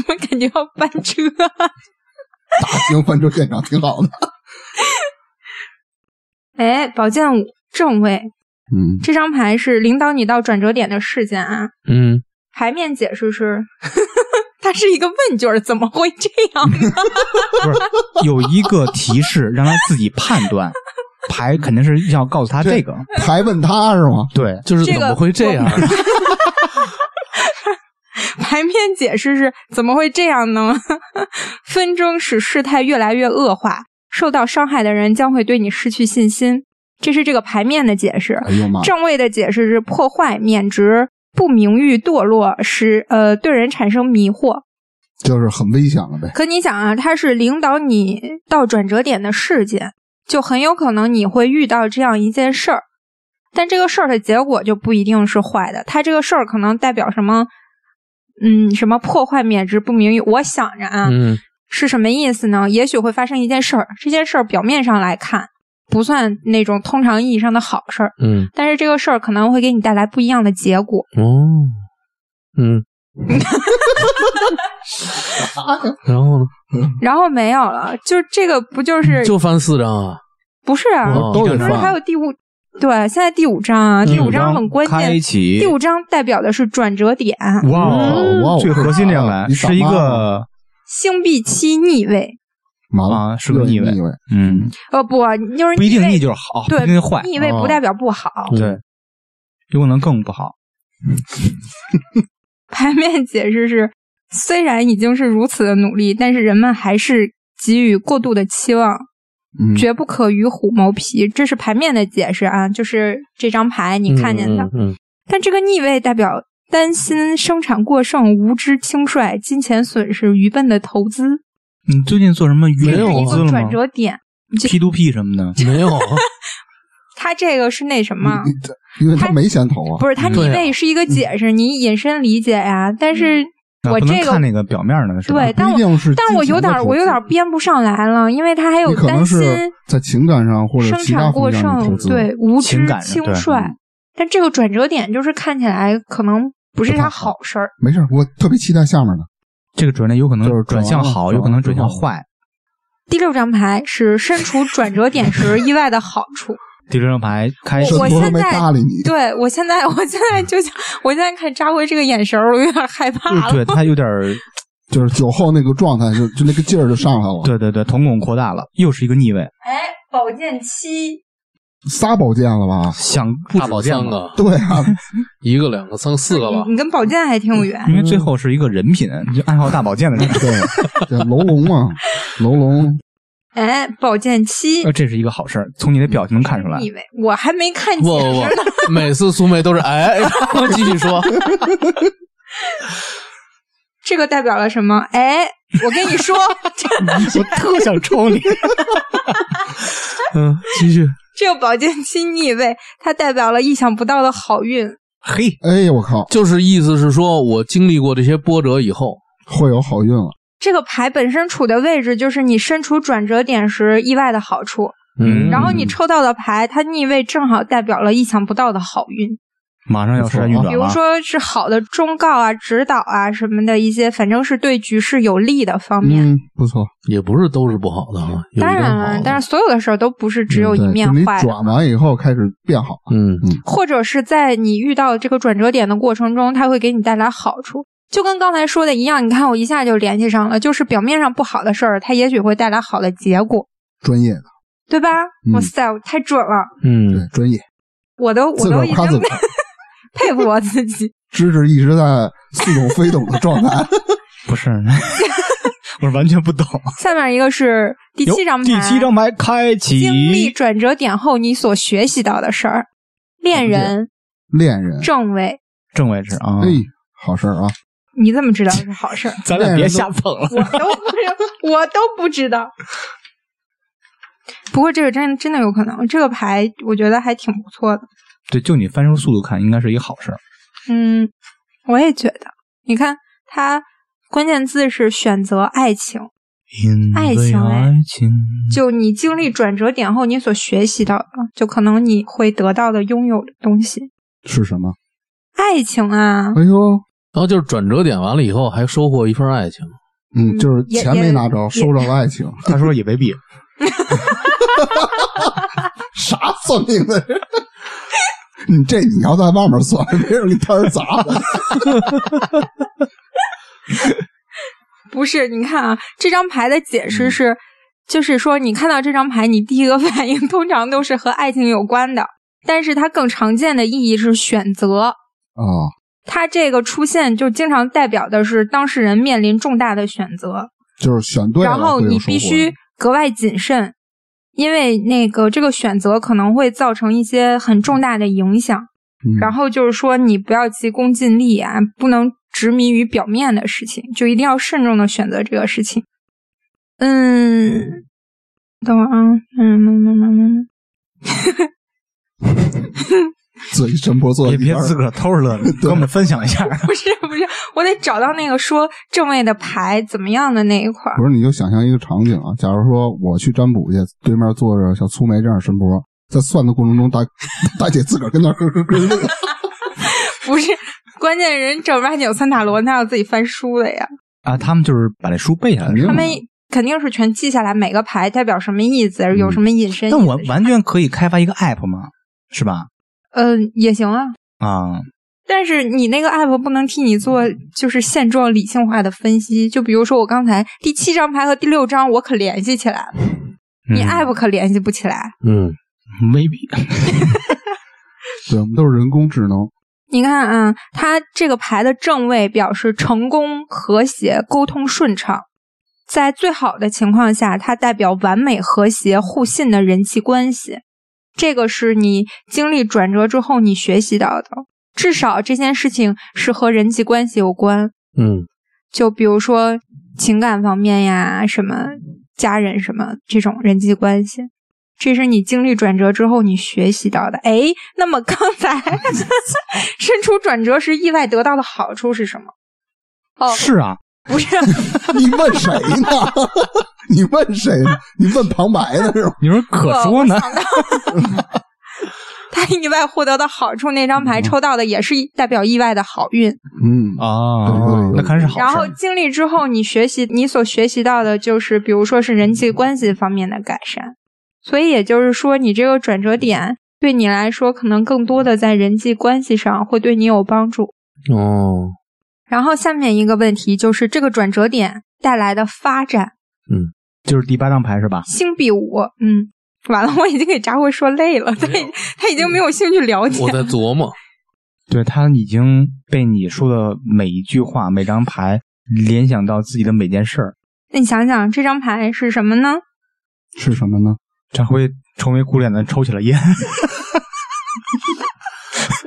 A: 我感觉要翻车。
E: 大型翻车现场挺好的，
A: 哎，宝剑五正位，
E: 嗯，
A: 这张牌是领导你到转折点的事件啊。
F: 嗯，
A: 牌面解释是， 它是一个问句儿，怎么会这样呢？
B: 不是有一个提示让他自己判断，牌肯定是要告诉他这个。
E: 还问他是吗？
B: 对，
F: 就是
A: 这
F: 怎
A: 个
F: 么会这样？
A: 牌面解释是怎么会这样呢？ 纷争使事态越来越恶化，受到伤害的人将会对你失去信心。这是这个牌面的解释。
E: 哎呦妈，
A: 正位的解释是破坏、免职、不名誉、堕落，使呃对人产生迷惑。
E: 就是很危险了呗。
A: 可你想啊，它是领导你到转折点的事件，就很有可能你会遇到这样一件事儿，但这个事儿的结果就不一定是坏的。它这个事儿可能代表什么？嗯，什么破坏、免职、不名誉？我想着啊，
F: 嗯
A: 是什么意思呢？也许会发生一件事儿，这件事儿表面上来看不算那种通常意义上的好事儿，
F: 嗯
A: 但是这个事儿可能会给你带来不一样的结果。
F: 哦，嗯， 然后呢？
A: 然后没有了，就这个不就是
F: 就翻四张啊？
A: 不是啊？
F: 哦
B: 都
A: 不
B: 得
A: 是还
B: 放。嗯
A: 有第五？对，现在第五章啊，第五章很关
B: 开
A: 键，
B: 启
A: 第五章代表的是转折点，
B: 哇
E: 嗯
B: 哦，最核心这样来
E: 你扫
B: 是一
E: 码
B: 个
A: 星币七逆位。
E: 完了，
B: 啊，是个逆位，
E: 逆位，
B: 嗯，
A: 呃，不，就是
B: 不一定
A: 逆
B: 逆
A: 位
B: 就是好，不
A: 对
B: 一定坏，
A: 逆位不代表不好。
F: 嗯
B: 对，有可能更不好。
A: 牌面解释是，虽然已经是如此的努力，但是人们还是给予过度的期望，
E: 嗯，
A: 绝不可与虎谋皮。这是牌面的解释啊，就是这张牌你看见的。
F: 嗯嗯，嗯
A: 但这个逆位代表担心生产过剩、无知轻率、金钱损失、愚笨的投资，
B: 你最近做什么
A: 这
B: 鱼
A: 是
B: 类
A: 一
B: 投资
A: 个
B: 了
A: 转
B: 吗
A: 折点。
B: ？P to P 什么的，
F: 没 有啊，
A: 它这个是那什么？
E: 你这因为他没先投嗯啊，嗯
A: 不是，它逆
F: 对啊
A: 位是一个解释，你引申理解呀、但是
B: 啊
A: 我
B: 不能
A: 这个
B: 看那个表面的是吧？
A: 对，但
E: 不一
A: 我
E: 定是
A: 但我有
E: 金钱的
A: 点
E: 投
A: 儿
E: 资
A: 我有点儿编不上来了，因为他还有
E: 你可
A: 担
E: 能
A: 心
E: 是在情感上或者
A: 生
E: 其他
A: 产
E: 方
A: 过
E: 面的投
A: 剩，
E: 资，
A: 对无
B: 情
A: 知
B: 感上
A: 轻
B: 对
A: 率
B: 嗯。
A: 但这个转折点就是看起来可能不是
E: 不太
A: 啥
E: 好
A: 好事儿，
E: 没事，我特别期待下面的。
B: 这个转折有可能
E: 就是
B: 转向好，
E: 转完了
B: 有可能转向
E: 转
B: 坏。
A: 第六张牌是身处转折点时意外的好 处。
B: 第六张牌开始
A: 我
E: 这多
A: 现
E: 没
A: 在
E: 搭理你，
A: 对我现在，我现在就想，我现在看扎辉这个眼神儿，我有点害怕了。
B: 对他有点儿，
E: 就是酒后那个状态，就就那个劲儿就上来了。，
B: 对对对，瞳孔扩大了，又是一个逆位，
A: 哎，宝剑七，
E: 仨宝剑了吧？
B: 想不
F: 大
B: 止
F: 宝
B: 三
F: 剑
B: 个，
F: 啊，
E: 对啊，
F: 一个、两个、三个、四个吧
A: 你。你跟宝剑还挺
E: 嗯
A: 有缘。
B: 因为最后是一个人品，就爱好大宝剑的人。
E: 对，这楼龙嘛，楼龙
A: 哎，宝剑七
B: 呃，，这是一个好事儿，从你的表情能看出来。
A: 以为我还没看
F: 不
A: 见。
F: 不 不，每次苏梅都是哎， 然后继续说，
A: 这个代表了什么？哎，我跟你说，这
B: 我特想抽你，
F: 嗯，继续。
A: 这个宝剑七逆位，它代表了意想不到的好运。
B: 嘿，
E: 哎呀，我靠，
F: 就是意思是说我经历过这些波折以后，
E: 会有好运了。
A: 这个牌本身处的位置就是你身处转折点时意外的好处，
B: 嗯
A: 然后你抽到的牌，它逆位正好代表了意想不到的好运，
B: 马上要时代运转了。
A: 啊比如说是好的忠告啊、指导啊什么的一些，反正是对局势有利的方面。
E: 嗯，不错，
F: 也不是都是不好的啊，有一
A: 当然
F: 点好
A: 了
F: 的，
A: 但是所有的事儿都不是只有
E: 嗯对，
A: 一面
E: 就你
A: 坏的，
E: 转完以后开始变好了。
F: 嗯
A: 或者是在你遇到这个转折点的过程中，它会给你带来好处。就跟刚才说的一样，你看我一下就联系上了，就是表面上不好的事儿，它也许会带来好的结果，
E: 专业的，
A: 对吧？
E: 嗯
A: 哇塞，我太准了，
F: 嗯
E: 对，专业，
A: 我都我
E: 自个
A: 都
E: 儿
A: 已
E: 夸自
A: 经
E: 个儿。
A: 佩服我自己。
E: 芝芝一直在似懂非懂的状态，
B: 不是，我是完全不懂。
A: 下面一个是第七张牌，
B: 第七张牌开启，
A: 经历转折点后你所学习到的事儿，恋人
E: 恋人，
A: 正位，
B: 正位置啊
E: 哎，，好事儿啊！
A: 你怎么知道是好事儿？
B: 咱俩别瞎捧了。
A: 我都不知，我都不知道。不过这个真真的有可能，这个牌我觉得还挺不错的。
B: 对，就你翻书速度看，应该是一个好事儿。
A: 嗯，我也觉得。你看，它关键字是选择爱情，
B: 因
A: 爱
B: 为
A: 情哎
B: 爱情，
A: 就你经历转折点后，你所学习到的，就可能你会得到的、拥有的东西。
E: 是什么？
A: 爱情啊，
E: 哎呦，
F: 然后就是转折点完了以后，还收获一份爱情，
E: 嗯，就是
A: 也
E: 钱没拿着，
A: 也
E: 收着了爱情，
B: 他说也未必。
E: 啥算命的人？ 你这你要在外面算，没人给你摊儿砸了。
A: 不是，你看啊，这张牌的解释是，就是说你看到这张牌，你第一个 反应通常都是和爱情有关的，但是它更常见的意义是选择。
E: 哦，
A: 它这个出现就经常代表的是当事人面临重大的选择，
E: 就是选对了，
A: 然后
E: 会有
A: 你
E: 收获
A: 必须格外谨慎，因为那个这个选择可能会造成一些很重大的影响。
E: 嗯
A: 然后就是说，你不要急功近利啊，不能执迷于表面的事情，就一定要慎重的选择这个事情。嗯，等会儿啊，嗯嗯嗯嗯嗯，
E: 自己神婆做
B: 别
E: 一
B: 别
E: 边儿
B: 自个儿偷着乐，跟我们分享一下。
A: 不是不是，我得找到那个说正位的牌怎么样的那一块儿
E: 不。是，你就想象一个场景啊，假如说我去占卜去，对面坐着像粗梅这样的神婆， 在算的过程中，大大姐自个儿跟那儿咯咯咯乐，
A: 不是，关键人正儿八经三塔罗，他要自己翻书的呀，
B: 啊，他们就是把这书背下来，是
A: 他
B: 吗？
E: 嗯
A: 们肯定是全记下来每个牌代表什么意思，有什么引申意思。
B: 嗯但我完全可以开发一个 app 嘛，是吧？
A: 嗯、也行啊，
B: 啊，
A: 但是你那个 app 不能替你做就是现状理性化的分析。就比如说我刚才第七张牌和第六张，我可联系起来了，你
B: 嗯
A: app 可联系不起来。
F: 嗯，
B: maybe
E: 对，我们都是人工智能。
A: 你看啊，它这个牌的正位表示成功、和谐、沟通顺畅。在最好的情况下，它代表完美、和谐、互信的人际关系。这个是你经历转折之后你学习到的，至少这件事情是和人际关系有关。
F: 嗯，
A: 就比如说情感方面呀，什么家人什么这种人际关系，这是你经历转折之后你学习到的。哎，那么刚才身处转折时意外得到的好处是什么？哦，
B: 是啊，
A: 不是，
E: 你问谁呢？ 你问谁呢？你问旁白呢是吗？
B: 你说可说呢
A: 我？想到他意外获得的好处，那张牌抽到的也是代表意外的好运。
E: 嗯，
B: 啊，那看来是 好事儿。
A: 然后经历之后，你学习你所学习到的就是，比如说是人际关系方面的改善。所以也就是说，你这个转折点对你来说，可能更多的在人际关系上会对你有帮助。
F: 哦，
A: 然后下面一个问题就是这个转折点带来的发展，
B: 就是第八张牌是吧？
A: 星币五，嗯， 完了，我已经给扎辉说累了，他已他已经没有
B: 嗯
A: 兴趣了解
F: 我在琢磨，
B: 对他已经被你说的每一句话、每张牌联想到自己的每件事儿，
A: 那你想想，这张牌是什么呢？
E: 是什么呢？
B: 张辉愁眉苦脸的抽起了 烟。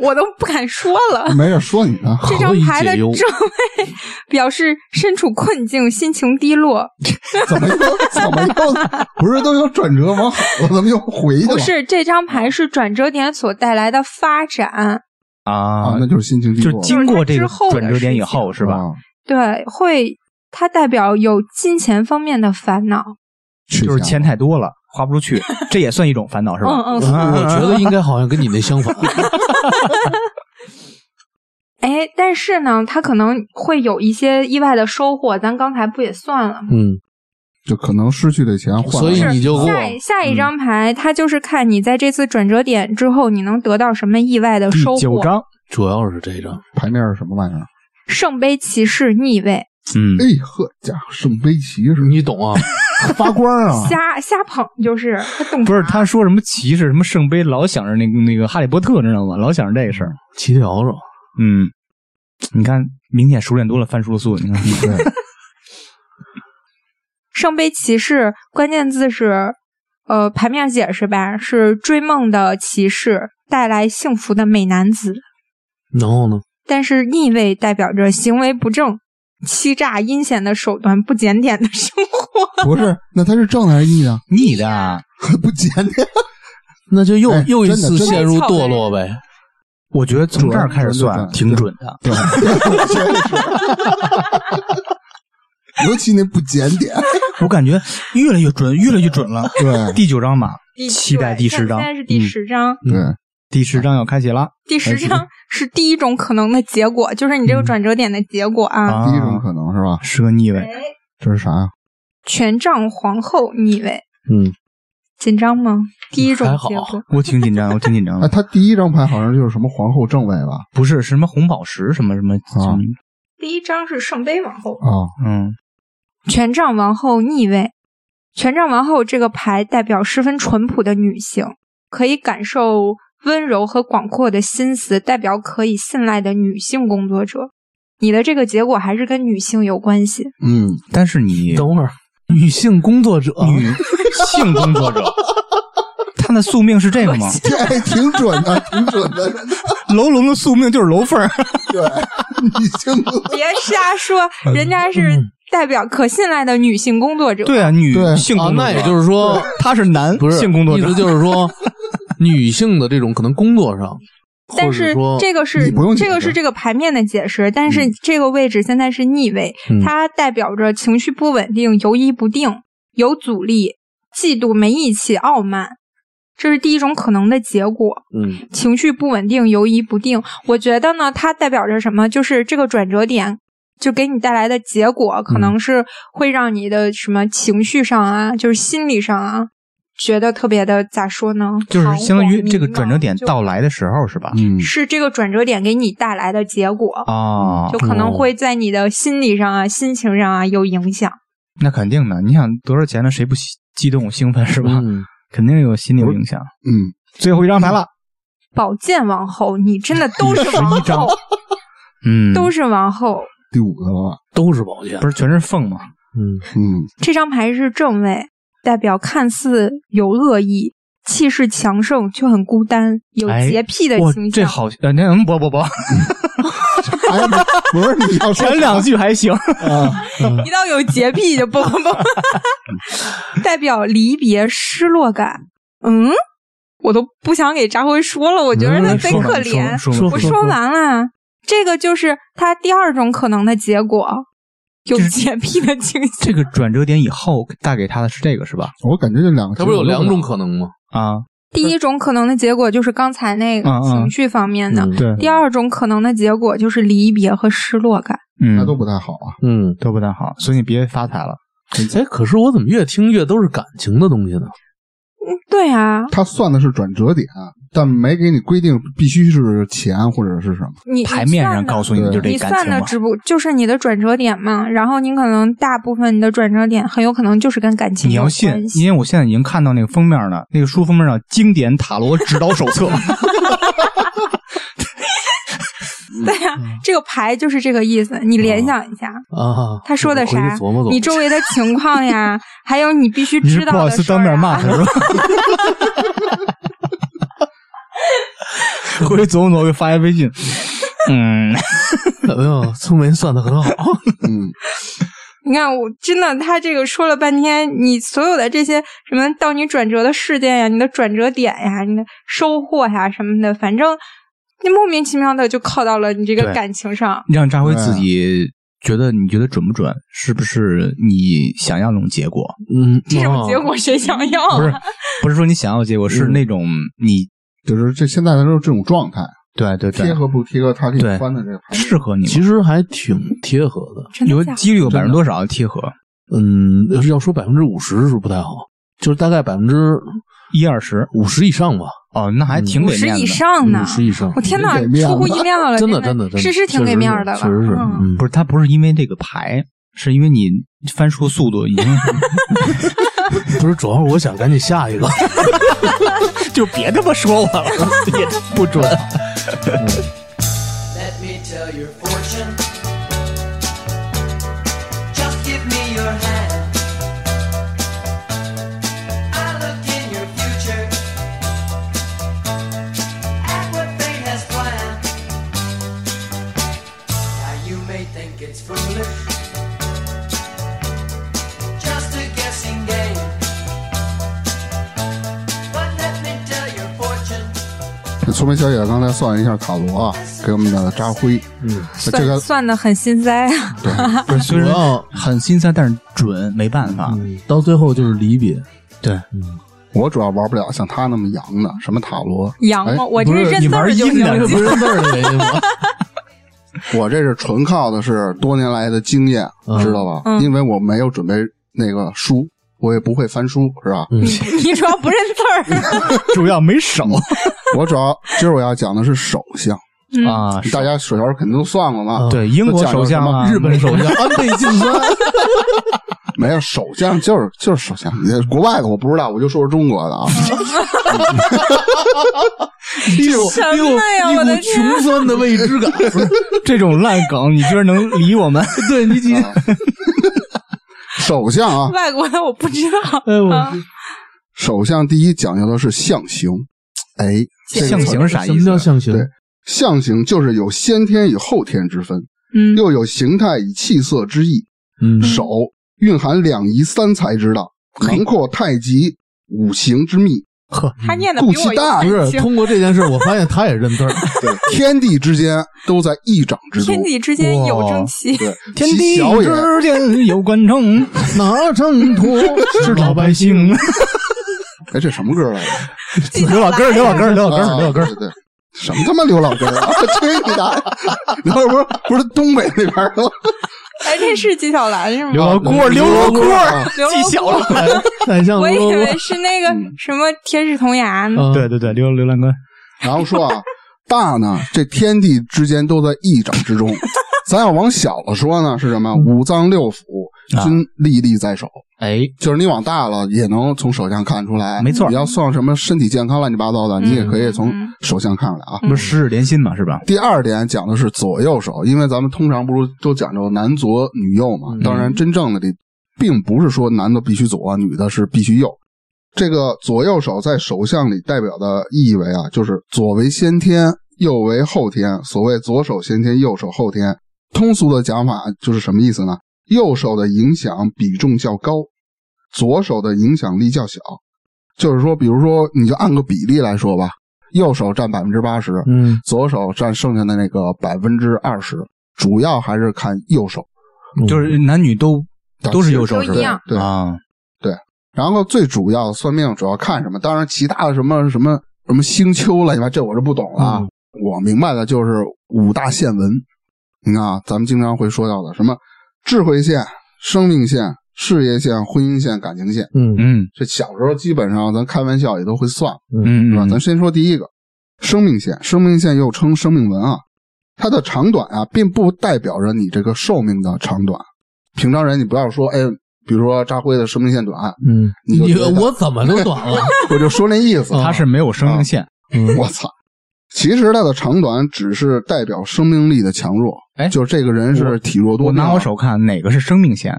A: 我都不敢说了。
E: 没事，说你呢。
A: 这张
F: 何以
A: 牌的
F: 解
A: 正
F: 忧
A: 位 表示身处困境、心情低落，
E: 怎么又怎么又不是都有转折往好了，怎么又回去了？
A: 不是这张
B: 哦
A: 牌是转折点所带来的发展，
B: 啊
E: 啊，那就是心情低
B: 就
E: 落
B: 经过这
A: 就是
B: 个
A: 他之后的
B: 转折点以后是吧？
E: 啊
A: 对，会它代表有金钱方面的烦恼，
E: 去
B: 就是
E: 向
B: 钱太多了，花不 出去，这也算一种烦恼是吧？
A: 嗯
F: 我
A: 嗯。
F: 我觉得应该好像跟你那相 反，
A: 哎，但是呢，它可能会有一些意外的收获，咱刚才不也算了吗？
F: 嗯，
E: 就可能失去的钱换
F: 所以
E: 来
F: 你就给
A: 下一
B: 嗯
F: 我
A: 下一张牌，它就是看你在这次转折点之后，你能得到什么意外的收
B: 第九
A: 获。
B: 张，
F: 主要是这张，
E: 牌面是什么玩意儿？
A: 圣杯骑士逆位，
B: 嗯，
E: 哎呵，家伙，圣杯骑士
F: 你懂 啊？
E: 发光啊！
A: 瞎瞎捧就是，它动
B: 不是
A: 啥
B: 他说什么骑士什么圣杯，老想着那个那个哈利波特，知道吗？老想着这事儿。
F: 骑条帚，
B: 嗯，你看，明显熟练多了翻书速，你看，
A: 圣杯骑士关键字是，呃，牌面解释吧，是追梦的骑士带来幸福的美男子，
F: 然后呢？
A: 但是逆位代表着行为不正、欺诈、阴险的手段、不检点的生 活。
E: 不是，那他是正还是逆啊？
B: 你的啊，
E: 不检点，
F: 那就又
E: 哎
F: 又一
E: 真的
F: 次
E: 真的
F: 陷入堕落呗。
B: 我觉得从这儿开始算
E: 准
B: 挺准的。
E: 对，我觉得是 尤其那不检点，
B: 我感觉越来越准，越来越准 了。
E: 对
B: 第九章嘛，期待第十章
A: 现在是第十章，
E: 对，
B: 第十章要开启了嗯
A: 第十章是第一种可能的结果，就是你这个转折点的结果啊。
B: 啊！
E: 第一种可能是吧？
B: 是个逆位，
E: 这是啥呀？
A: 权杖皇后逆位，
F: 嗯，
A: 紧张吗？第一种
F: 还好
A: 结果，
B: 我挺紧张，我挺紧张
E: 哎，
B: 的。
E: 他第一张牌好像就是什么皇后正位吧？
B: 不是是什么红宝石，什么什么，什么
A: 第一张是圣杯王后，
E: 啊，
B: 嗯，
A: 权杖王后逆位。权杖王后这个牌代表十分淳朴的女性，可以感受温柔和广阔的心思，代表可以信赖的女性工作者。你的这个结果还是跟女性有关系。
E: 嗯，
B: 但是你
F: 等会儿，女性工作者，
B: 女性工作 者，她的宿命是这个吗？
E: 这哎挺准的，挺准的，真的
B: 楼龙的宿命就是楼凤儿，
E: 对，已 经
A: 别瞎说，人家是代表可信赖的女性工作者。
B: 对啊，女
E: 对
B: 性
F: 啊
B: 工，作者
F: 那也就 是说，
B: 他是男
F: 不是
B: 性工作者
F: 意思，就是 说，女性的这种可能工作上，
A: 但
F: 或者
A: 是
F: 说
A: 这个是
E: 你不用解
A: 这个
E: 释
A: 是这个牌面的解释，但
B: 嗯
A: 是这个位置现在是逆位，
F: 嗯
A: 它代表着情绪不稳定、游移不定、有阻力、嫉妒、没义气、傲慢。这是第一种可能的结果。
F: 嗯
A: 情绪不稳定、犹疑不定。我觉得呢，它代表着什么？就是这个转折点，就给你带来的结果，可
B: 嗯
A: 能是会让你的什么情绪上啊，就是心理上啊，觉得特别的咋说呢？
B: 就是相当于这个
A: 彷徨迷茫
B: 转折点
A: 就
B: 到来的时候是吧？
E: 嗯，
A: 是这个转折点给你带来的结果，
F: 嗯
B: 啊
A: 就，可能会在你的心理上啊、心情上啊有影响。
B: 那肯定的。你想多少钱了，谁不喜激动兴奋是吧？
F: 嗯
B: 肯定有心理有影响。
E: 嗯，
B: 最后一张牌了，
A: 宝剑王后，你真的都是王
B: 11张
A: 后，
B: 嗯，
A: 都是王后。
E: 第五个了吧？
F: 都是保险
B: 不，是全是缝吗？
F: 嗯
E: 嗯，
A: 这张牌是正位，代表看似有恶意、气势强盛却很孤单、有
B: 哎
A: 洁癖的
B: 哇
A: 倾，
B: 这
A: 向。
B: 好，呃，那嗯不 不不，
E: 哎，不是你要说
B: 前两句还行。
E: 啊，
A: 一到有洁癖就蹦蹦蹦， 代表离别、失落感。嗯，我都不想给扎辉说了，我觉得他
B: 嗯
A: 贼
B: 说
A: 可
B: 完说
A: 怜
B: 完。说完
F: 说
A: 我
F: 说
A: 说完了，这个就是他第二种可能的结果，有洁癖的倾向。
B: 这个转折点以后带给他的是这个是吧？
E: 我感觉这两个
F: 它不是有
E: 结果
F: 两
E: 都
F: 种
E: 不
F: 可能吗？
B: 啊，
A: 第一种可能的结果就是刚才那个
B: 嗯嗯
A: 情绪方面的，
F: 嗯
B: 对，
A: 第二种可能的结果就是离别和失落感。
E: 太，那
B: 嗯，
E: 都不太好啊。
F: 嗯，
B: 都不太好，所以你别发财了。
F: 哎，可是我怎么越听越都是感情的东西呢？
A: 对啊，
E: 他算的是转折点，但没给你规定必须是钱或者是什么。
A: 你
B: 牌面上告诉你
E: 对
B: 就这
A: 你
B: 感
A: 算的，你
B: 情
A: 算
B: 嘛
A: 的，只不就是你的转折点嘛。然后你可能大部分你的转折点很有可能就是跟感情
B: 你
A: 有
B: 要信
A: 关，系
B: 因为我现在已经看到那个封面了，那个书封面上《经典塔罗指导手册》
A: 对呀、
B: 嗯
A: 这个牌就是这个意思。你联想一下，
F: 啊，
A: 他说的
F: 我回
A: 啥
F: 去琢磨琢磨。
A: 你周围的情况呀，还有你必须
B: 你是
A: 知
B: 不
A: 道
B: 好
A: 的
B: 意思
A: 事
B: 当
A: 儿
B: 面骂
A: 啊。
B: 他是吧？ 回去琢磨琢磨，给发一微信。 嗯，
F: 哎呦，聪梅算的很 好，
E: 嗯，
A: 你看，我真的，他这个说了半天，你所有的这些什么到你转折的事件呀，你的转折点呀，你的收获呀什么的，反正那莫名其妙的就靠到了你这个
B: 对
A: 感情上。
B: 让扎辉自己觉得你觉得准不准？是不是你想要那种结果？
F: 嗯，
A: 这种
F: 啊
A: 结果谁想要啊？
B: 哦嗯不是，不是说你想要的结果，是那种
A: 嗯
B: 你
E: 就是这现在他就是这种状态，
B: 对对对
E: 贴，合不贴合，他给你
B: 对
E: 翻的这个牌。
B: 适合你吗。
F: 其实还挺贴合的。
A: 真
B: 有
A: 的假的？
B: 几率有百分之多少贴合？
F: 嗯，要是要说百分之五十是不太好，就是大概百分之
B: 一二十
F: 五十以上吧，
B: 哦，那还挺
A: 嗯五
B: 给
A: 十
B: 面子
A: 以
B: 的。
A: 上呢
F: 五？十以上嗯
A: 我。天哪，
E: 给面子
A: 出乎意料了！
F: 真的，
A: 真
F: 真的，真的，
A: 是是挺
F: 确实
A: 给面儿的了。
F: 确实是，
A: 嗯，
F: 嗯，
B: 不是，他不是因为这个牌，是因为你翻书速度已经
F: 不是，主要是我想赶紧下一个。
B: 就别他妈说我了，也不 准。
D: Let me tell your fortune. Just give me your hand. I look in your future at what fate has planned. Now you may think it's foolish, just a guessing game. But let me tell your fortune.
E: 聪明小姐刚才算了一下塔罗啊，给我们的扎辉，嗯，这
A: 算
E: 个
A: 算的很心塞啊。
B: 不是，虽
F: 主
B: 然
F: 要
B: 很心塞，但是准，没办法。
F: 嗯到最后就是离别，
B: 对，
E: 我主要玩不了像他那么洋的，什么塔罗
A: 羊
E: 哎
A: 吗？我这
B: 不
A: 是
B: 是
A: 认
B: 你
A: 字儿
B: 玩
A: 就
B: 阴的，
A: 行
B: 这。不是字儿的原因 吗？
E: 我这是纯靠的是多年来的经验，
F: 嗯
E: 知道吧？
A: 嗯
E: 因为我没有准备那个书，我也不会翻书，是吧？
F: 嗯，
A: 你主要不认字儿
B: 主要没 手
E: 我主要今儿我要讲的是首相，
A: 嗯
B: 啊。
E: 大家手相肯定都算过嘛。
F: 嗯
B: 对，英国首相啊，
F: 日本 首相安倍晋三，
E: 没有首相就是就是首相，你这国外的我不知道，我就说说中国 的啊。
F: 一股
A: 什么呀
F: 一股
A: 我的啊
F: 一股穷酸的未知感。
B: 这种烂梗，你居然能理我们？ 啊对你你
E: 首相啊，
A: 外国的我不知道。
F: 哎我
A: 啊
E: 首相第一讲究的是象形，哎，这个
B: 象形是啥
F: 什
B: 意
F: 么叫
B: 思？
F: 象形？
E: 对象形就是有先天与后天之分，
A: 嗯，
E: 又有形态与气色之意。
F: 嗯
E: 手蕴含两仪三才之道，囊括太极五行之秘。
A: 他念的
E: 肚
A: 比我
E: 脐大
F: 不
A: 有
F: 是
A: 感情
F: 通过这件事，我发现他也认字 儿。
E: 对，天地之间都在一掌之中
A: 天。地之间有正 气。
E: 对，
B: 天
E: 其
B: 地
E: 小也
B: 之间有关城，
F: 哪城托
B: 是老百姓。
E: 哎，这什么歌来着？
A: 记
C: 刘老根儿，刘老根儿，
F: 哦
C: 刘老根儿，
E: 啊
C: 刘老根儿。
E: 对对，什么他妈刘老根儿啊！ 吹你大爷！刘老根儿不是不是东北那边儿的吗？
A: 哎，这是纪晓岚是吗？
B: 刘老根儿，刘老啊根儿，
A: 刘老
B: 纪晓岚。
C: 太像
A: 我以
C: 罗
A: 为嗯是那个什么天使童牙呢。
C: 对
B: 啊对对对，刘刘兰根，
E: 然后说啊，大呢，这天地之间都在一掌之中。咱要往小了说呢，是什么？五脏六腑
B: 嗯
E: 均历历在手，
B: 哎，
E: 就是你往大了也能从手相看出来。
B: 没错
E: 你要算什么身体健康乱七八糟的，你也可以从
A: 嗯
E: 手相看出来啊。
B: 不是十指连心嘛，是吧？
E: 第二点讲的是左右手，因为咱们通常不是都讲究男左女右嘛？当然，真正的这并不是说男的必须左，女的是必须右。这个左右手在手相里代表的意义为啊，就是左为先天，右为后天。所谓左手先天，右手后天。通俗的讲法就是什么意思呢？右手的影响比重较高，左手的影响力较小。就是说，比如说，你就按个比例来说吧，右手占百分之八十，
C: 嗯，
E: 左手占剩下的那个百分之二十，主要还是看右手。
F: 嗯
B: 就是男女都都是右手，是
A: 都一样
B: 吧？
E: 对
B: 啊，
E: 然后最主要算命主要看什么？当然，其他的什么什么什么星丘了，你妈这我就不懂了啊。
C: 嗯
E: 我明白的就是五大线文，你看啊，咱们经常会说到的什么智慧线、生命线、事业线、婚姻线、感情线，
C: 嗯
B: 嗯
E: 这小时候基本上咱开玩笑也都会算。
B: 嗯
E: 是吧？
B: 嗯，
E: 咱先说第一个，生命线，生命线又称生命纹啊，它的长短啊，并不代表着你这个寿命的长短。平常人你不要说，哎，比如说扎辉的生命线短，
C: 嗯，
E: 你就
C: 你
E: 觉得
C: 我怎么都短了？
E: 我就说那意思。啊
B: 他是没有生命线。
C: 嗯
E: 我操！其实它的长短只是代表生命力的强弱，
B: 哎
E: 就是这个人是体弱多
B: 我
E: 病啊。
B: 拿我手看哪个是生命线，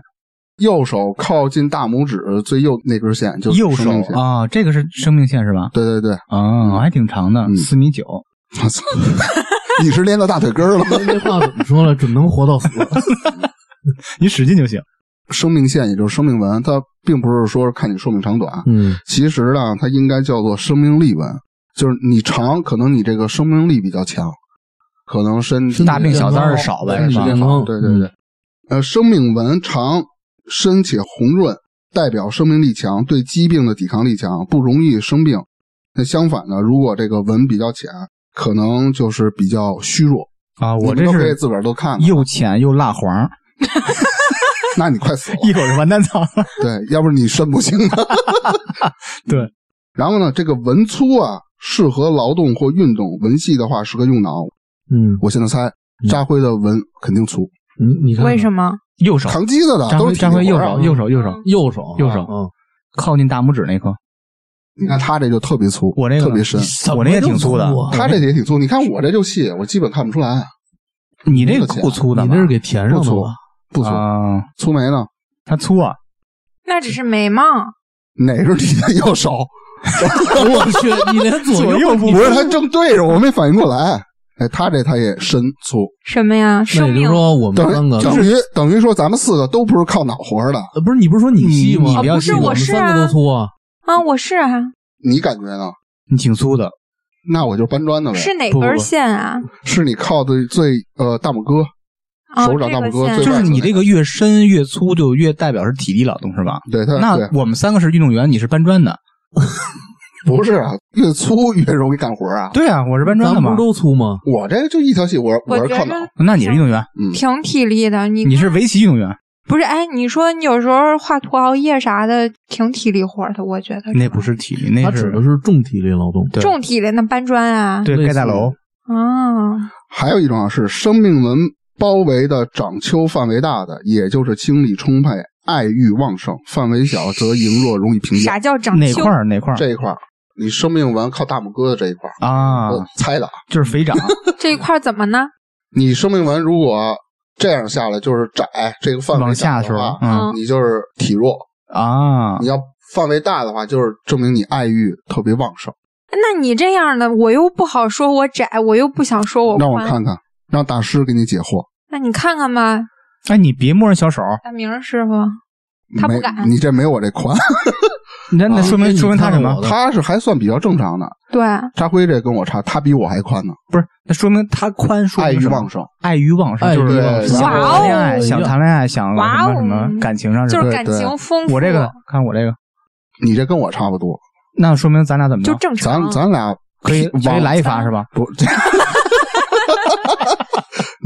E: 右手靠近大拇指最右那根线就是
B: 右
E: 生
B: 手
E: 命线。
B: 啊，这个是生命线是吧？
E: 对对对，
B: 啊，还挺长的，
E: 嗯
B: 四米九。
E: 我操！ 你是练到大腿根儿了吗？
C: 那话怎么说了？准能活到死。
B: 你使劲就行。
E: 生命线，也就是生命纹，它并不是说看你寿命长短，
C: 嗯
E: 其实呢，它应该叫做生命力纹，就是你长，可能你这个生命力比较强，可能身体
B: 大病小灾儿
E: 对
B: 少呗
E: 身体
B: 是吧
E: 健康对对对
C: 嗯，
E: 呃，生命纹长，深且红润，代表生命力强，对疾病的抵抗力强，不容易生病。那相反呢，如果这个纹比较浅，可能就是比较虚弱。
B: 啊，我
E: 你
B: 这
E: 们都可以
B: 是
E: 自个儿都看看，
B: 又浅又蜡黄，
E: 那你快死了。
B: 一会儿就完蛋操了。
E: 对，要不然你肾不行了。
B: 对，
E: 然后呢，这个文粗啊，适合劳动或运动；文细的话，适合用脑。
C: 嗯，
E: 我现在猜，扎辉的文肯定粗，
C: 你你看
A: 为什么？
B: 右手，
E: 扛机子的
B: 张
E: 都
B: 辉
E: 是体
B: 张辉
E: 力活
B: 右
E: 儿啊
B: 手右手右手
A: 嗯
C: 右手
B: 右手
C: 啊
B: 靠近大拇指那颗，
E: 你看他这就特别粗，
B: 我这个呢
E: 特别深。
C: 嗯，
B: 我这也挺粗的
C: 怎。么
E: 他这也挺粗，你看我这就细，我基本看不出来，
B: 你这个不粗
C: 那么粗啊
B: 的
C: 你
B: 吧？
C: 这是给填上
E: 不
C: 的
E: 粗
C: 吧？
E: 不粗。
B: 啊，
E: 粗眉呢？
B: 它粗啊，
A: 那只是眉毛，
E: 哪是你的右手？
C: 我去，你连左右不
E: 不是，他正对着我，我没反应过来。哎，他这他也深粗，
A: 什么呀？
C: 那
A: 生
C: 也就是
A: 命。
C: 说我们
E: 等
C: 三个
E: 于等于等于说咱们四个都不是靠脑活儿的，
C: 呃不是你不是说你细吗？
B: 你你不要
C: 啊
B: 细
C: 是
B: 我
C: 我们
A: 是啊
C: 三个都粗啊。
A: 啊，我是啊，
E: 你感觉呢？
B: 你挺粗的。
E: 那我就是搬砖的呗。
A: 是哪
B: 不不
A: 根
B: 不
A: 线啊？
E: 是你靠的最呃大拇哥，
A: 啊，
E: 手掌
A: 这
E: 大
A: 个
E: 拇哥
A: 线
E: 最
B: 就
E: 外
B: 是
E: 侧
B: 你
E: 那
B: 这个越深越粗，就越代表是体力劳动，是吧？
E: 对他对
B: 那我们三个是运动员，你是搬砖的。
E: 不是啊，越粗越容易干活啊。
B: 对啊，我是搬砖
C: 咱
B: 的
C: 们不
B: 嘛
C: 是。都粗吗？
E: 我这就一条细，我
A: 我
E: 是
A: 觉
E: 靠脑，
A: 得
B: 那你是运动员，
E: 嗯，
A: 挺体力的。你
B: 你是围棋运动员，
A: 不是？哎，你说你有时候画图熬夜啥的，挺体力活的，我觉得。
B: 那不是体力，那
C: 他指
B: 是
C: 的是重体力劳动。
B: 对
A: 重体力，那搬砖啊。
B: 对盖大楼。
A: 啊，
E: 还有一种啊是生命纹包围的掌丘范围大的，也就是精力充沛、爱欲旺盛；范围小则羸弱，容易贫
A: 啥
E: 瘠。
A: 叫长
B: 哪
A: 丘
B: 块？儿哪块儿
E: 这一块儿，你生命纹靠大拇哥的这一块儿，
B: 啊？
E: 我猜的啊。
B: 就是肥掌，
A: 这一块儿怎么呢？
E: 你生命纹如果这样下来就是窄，这个范围
B: 往
E: 窄
B: 下
E: 的
B: 是吧
E: 话？
B: 嗯
A: 嗯
E: 你就是体弱；
B: 啊
E: 你，要范围大的话，就是证明你爱欲特别旺盛。
A: 那你这样的，我又不好说我窄，我又不想说我
E: 让我
A: 宽。
E: 看看，让大师给你解惑。
A: 那你看看吧，
B: 哎，你别摸人小手，
A: 大明儿师傅。他不
E: 没
A: 敢
E: 你这没我这宽，
B: 那那
C: 啊
B: 说明
C: 你
B: 说明他
C: 看
B: 什
C: 看
B: 么
C: 我？的
E: 他是还算比较正常的。
A: 对，
E: 扎辉这跟我差，他比我还宽呢，
B: 不是，那说明他宽，说
E: 爱
B: 明
E: 欲
B: 什么
E: 旺，盛。
B: 爱欲旺盛，
C: 爱
B: 就
C: 欲
B: 是
E: 旺盛
B: 想
A: 哇
B: 谈
A: 哦
B: 恋爱，想谈恋爱，想
A: 哇
B: 什
A: 哦
B: 么什么感情上
A: 就是
B: 吧？
A: 感
E: 对
A: 情丰富。
B: 我这个看我这个
E: 你这跟我差不多，
B: 那说明咱俩怎么着
A: 就正常。啊
E: 咱咱俩
B: 可以
E: 往
B: 可以来一发是吧？
E: 不，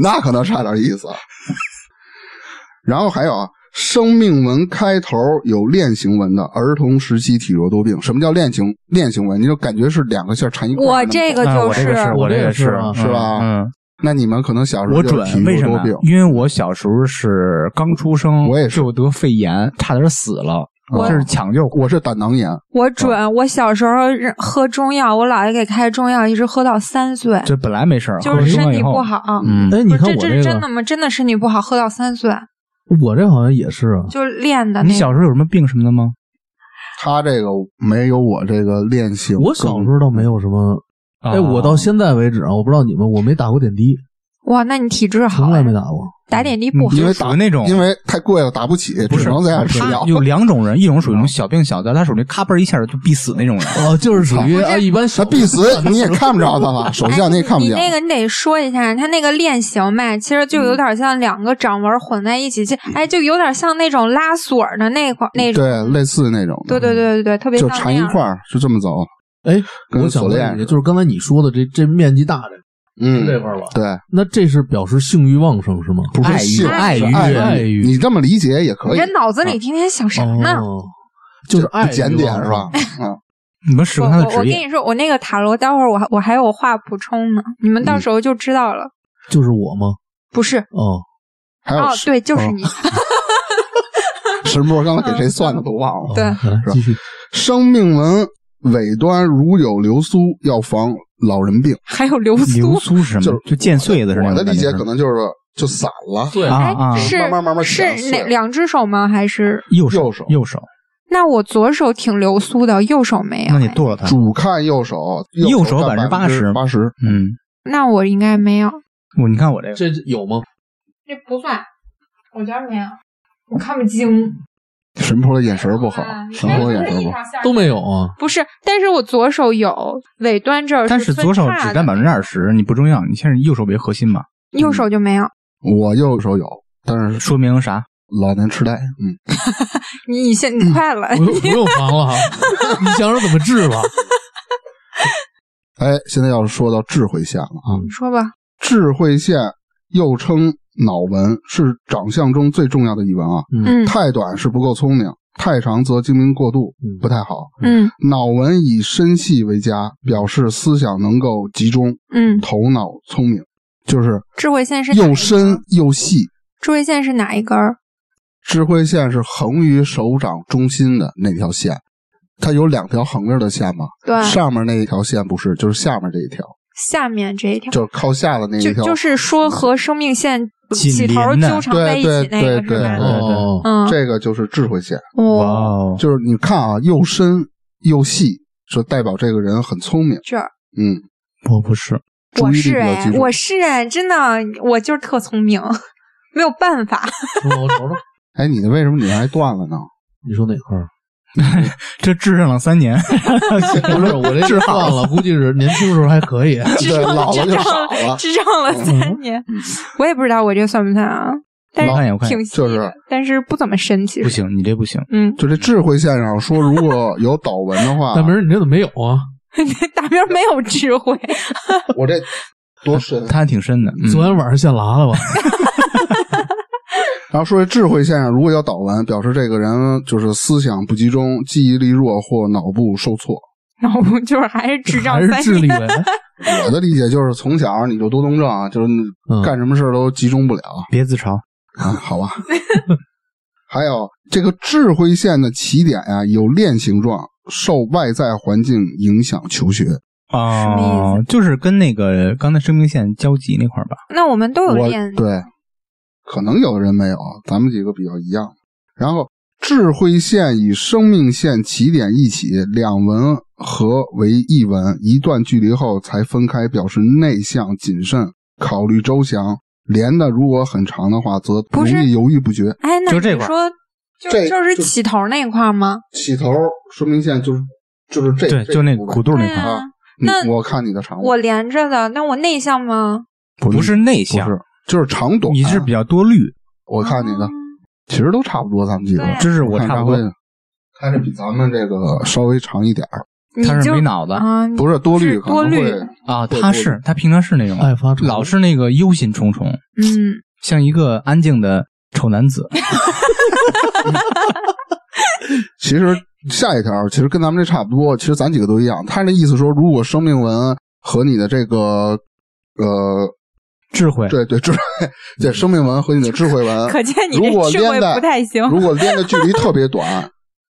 E: 那可能差点意思。啊然后还有啊，生命纹开头有链形纹的儿童时期体弱多病。什么叫链形链形纹？你就感觉是两个线缠一块儿那么
A: 我
E: 着。
A: 这个
B: 啊
A: 就
B: 我这个是
C: 我
B: 我
C: 这
B: 这
C: 个
B: 个
C: 是啊
E: 是吧
B: 嗯，
E: 那你们可能小时候
B: 我
E: 就
B: 准
E: 是体
B: 为
E: 弱
B: 什么
E: 多
B: 呀
E: 病？
B: 因为我小时候是刚出生，
E: 我也是
B: 就得肺炎，差点死了，
A: 我
B: 这是抢救。
E: 我是胆囊炎，
A: 我准，我小时候认喝中药，我姥爷给开中药，一直喝到三岁，
B: 这本来没事儿，
A: 就是身体不，好。
B: 嗯，
C: 哎，你
A: 不
C: 看
A: 是，
C: 我这
A: 这是真的
C: 个，
A: 吗？真的身体不好，喝到三岁
C: 我这好像也是啊。
A: 就练的那
B: 你小时候有什么病什么的吗？
E: 他这个没有我这个链型。
C: 我小时候倒没有什么，哎，我到现在为止啊，我不知道你们，我没打过点滴，
A: 哇，那你体质好
C: 从来
A: 呀，
C: 没打过。
A: 打点滴不好
E: 嗯
A: 哎
E: 因为
B: 属于
E: 打
B: 那种
E: 因为太贵了，打不起，
B: 不
E: 只
B: 是
E: 能在家吃
B: 他
E: 药。
B: 有两种人，一种属于那种小病小灾，他属于咔嘣一下就必死 那种人。
C: 哦，就是属于啊，一般小
E: 他必死，你也看不着他了。嗯首
A: 哎
E: 相你也看不
A: 你
E: 见。
A: 那个你得说一下，它那个链型吧，其实就有点像两个掌纹混在一起，就哎，就有点像那种拉锁的那块那种。
E: 对，类似那种的，
A: 对对对对对，特别
E: 就
A: 像
E: 缠一
A: 那样
E: 块儿，就这么走。
C: 哎，
E: 跟
C: 我想
E: 锁链
C: 问
E: 似
C: 你，
E: 的
C: 就是刚才你说的这这面积大这
E: 嗯，
C: 这块儿吧，
E: 对，
C: 那这是表示性欲旺盛是吗？
E: 不是
B: 爱欲
E: 性，
B: 爱
E: 是
B: 欲
E: 爱欲。你这么理解也可
A: 你
E: 以，啊
A: 这脑子里天天想啥呢？
C: 哦，就是爱欲
E: 检点
C: 旺
E: 是吧
C: 盛？？
E: 嗯，
B: 你们使
A: 我
B: 用他的
A: 我我
B: 职
A: 跟
B: 业，
A: 你说，我那个塔罗，待会儿我还我还有话补充呢，你
B: 嗯
A: 们到时候就知道了。
C: 就是我吗？
A: 不是
C: 哦，
E: 还有
A: 哦，对，就是你，
E: 神波刚才给谁算的都忘了。
A: 对
C: 哦来继续。
E: 生命纹尾端如有流苏，要防老人病。
A: 还有流
B: 流
A: 苏。
B: 苏是什么？就见碎的是
E: 我
B: 那种
E: 的理
B: 感觉
E: 解
B: 是
E: 可能就是就散了，
C: 对
B: 啊
A: 哎
B: 啊，
A: 是
E: 慢慢慢慢剪
A: 是
E: 碎
A: 哪两只手吗？还是
B: 右手
E: 右手
B: 右手，
A: 那我左手挺流苏的，右手没有
B: 那
A: 哎。
B: 你剁了他。
E: 主看右手，
B: 嗯右手
E: 手占
B: 80%
E: 八十。
B: 嗯，
A: 那我应该没有，
B: 我你看我这个，
C: 这有吗？
A: 这不算，我觉得没有，我看不清。嗯
E: 神婆的眼神不好，
A: 啊
E: 神婆的眼神不好。
C: 都没有 啊。
A: 不是，但是我左手有尾端这儿，
B: 但是左手只占百分之
A: 之，
B: 二十，你不重要，你先是右手为核心嘛，
A: 右手就没有。
B: 嗯
E: 我右手有，但是
B: 说明啥？
E: 老年痴呆。嗯，
A: 你你先
B: 嗯
A: 你快了，
C: 不用不用防了哈，你想着怎么治吧？
E: 哎，现在要说到智慧线了啊，
A: 你说吧。
E: 智慧线又称脑纹，是长相中最重要的一纹啊。
A: 嗯
E: 太短是不够聪明，太长则精明过度
C: 嗯，
E: 不太好。
A: 嗯
E: 脑纹以深细为佳，表示思想能够集中，
A: 嗯，
E: 头脑聪明，就是
A: 智慧线是哪一
E: 又
A: 根
E: 深，又细。
A: 智慧线是哪一根儿？
E: 智慧线是横于手掌中心的那条线，它有两条横着的线嘛，
A: 对，
E: 上面那一条线不是，就是下面这一条，
A: 下面这一条，
E: 就是靠下的那一
A: 就
E: 条。
A: 就是说和生命线
B: 紧
A: 起头
B: 邻的
A: 纠缠在一起
E: 对对
A: 那个是
E: 对 对
A: 吧？
C: 哦，
A: 嗯，
E: 这个就是智慧线，
B: 哇
A: 哇，
B: 哦，
E: 就是你看啊，又深又细，就代表这个人很聪明。
A: 这儿
E: 嗯，
B: 我不是，
E: 注
A: 我
E: 意力比
A: 是
E: 较
A: 哎
E: 集，中。
A: 我是哎，真的，我就是特聪明，没有办法。
C: 我瞅瞅，
E: 哎，你的为什么你还 断了呢？
C: 你说哪块 儿？
B: 这治上了三年，
C: 不是我这治好了，估计是年轻时候还可以。
A: 智
E: 对，
A: 障
E: 老
A: 智
E: 了就
A: 障
E: 少了。嗯
A: 智障了三年，我也不知道我这算不算啊，但
B: 我看一
A: 是
B: 眼我看一眼
A: 挺细的
E: 就是
A: 但是不怎么深，其
B: 不
A: 实，
B: 行，你这不行。
A: 嗯，
E: 就这智慧线上说，如果有导文的话，
C: 大明儿，你这怎么没有啊？
A: 大明儿没有智慧，
E: 我这多深？啊
B: 他还挺深的，嗯
C: 昨天晚上现拉了吧？
E: 然后说这智慧线上如果有导文，表示这个人就是思想不集中、记忆力弱或脑部受挫。
A: 脑部就是还是 智障
C: 还
A: 三
C: 是智
A: 年，
C: 力呗？
E: 我的理解就是从小你就多动症啊，就是你
C: 嗯
E: 干什么事儿都集中不了
B: 别自嘲，
E: 啊，好吧。 还有这个智慧线的起点呀、有链形状，受外在环境影响求学。
A: 什么意
B: 哦，就是跟那个刚才生命线交集那块儿吧。
A: 啊那我们都有
E: 我
A: 练，
E: 对，可能有的人没有，咱们几个比较一样。然后智慧线与生命线起点一起，两文合为一文，一段距离后才分开，表示内向、谨慎、考虑周详。连的如果很长的话，则
A: 不
E: 容
A: 是
E: 易犹豫不决。
A: 哎，那
B: 就这
A: 你
B: 块儿
A: 说，就
E: 这
A: 就是起头那一块儿吗？
E: 起头生命线就是就是这
B: 对，就那
E: 个
B: 骨肚那
A: 对
B: 块儿，
A: 啊
E: 啊
A: 你那
E: 我看你的长
A: 我连着的，那我内向吗？
E: 不
B: 不是内
E: 不
B: 向，
E: 是就是长短，啊
B: 你是比较多虑。
E: 我看你的
A: 哦，
E: 其实都差不多，咱们几个
A: 对啊
B: 这是我
E: 看
B: 差
E: 大
B: 不多
E: 辉的，他是比咱们这个稍微长一点儿。
A: 你
B: 他是
A: 就
B: 没脑子
A: 啊，你
E: 不是多虑，
A: 是
E: 可能
A: 多虑
E: 会
B: 啊，
E: 对
B: 他是他平常是那种
C: 爱发愁
B: 老是那个忧心忡忡，
A: 嗯，
B: 像一个安静的丑男子。
E: 其实下一条其实跟咱们这差不多，其实咱几个都一样。他那意思说，如果生命纹和你的这个呃，
B: 智慧，
E: 对对，智慧，对生命纹和你的智慧纹，
A: 可见你
E: 呃如
A: 这
E: 果
A: 智慧
E: 连带
A: 不太行。
E: 如果练的距离特别 短，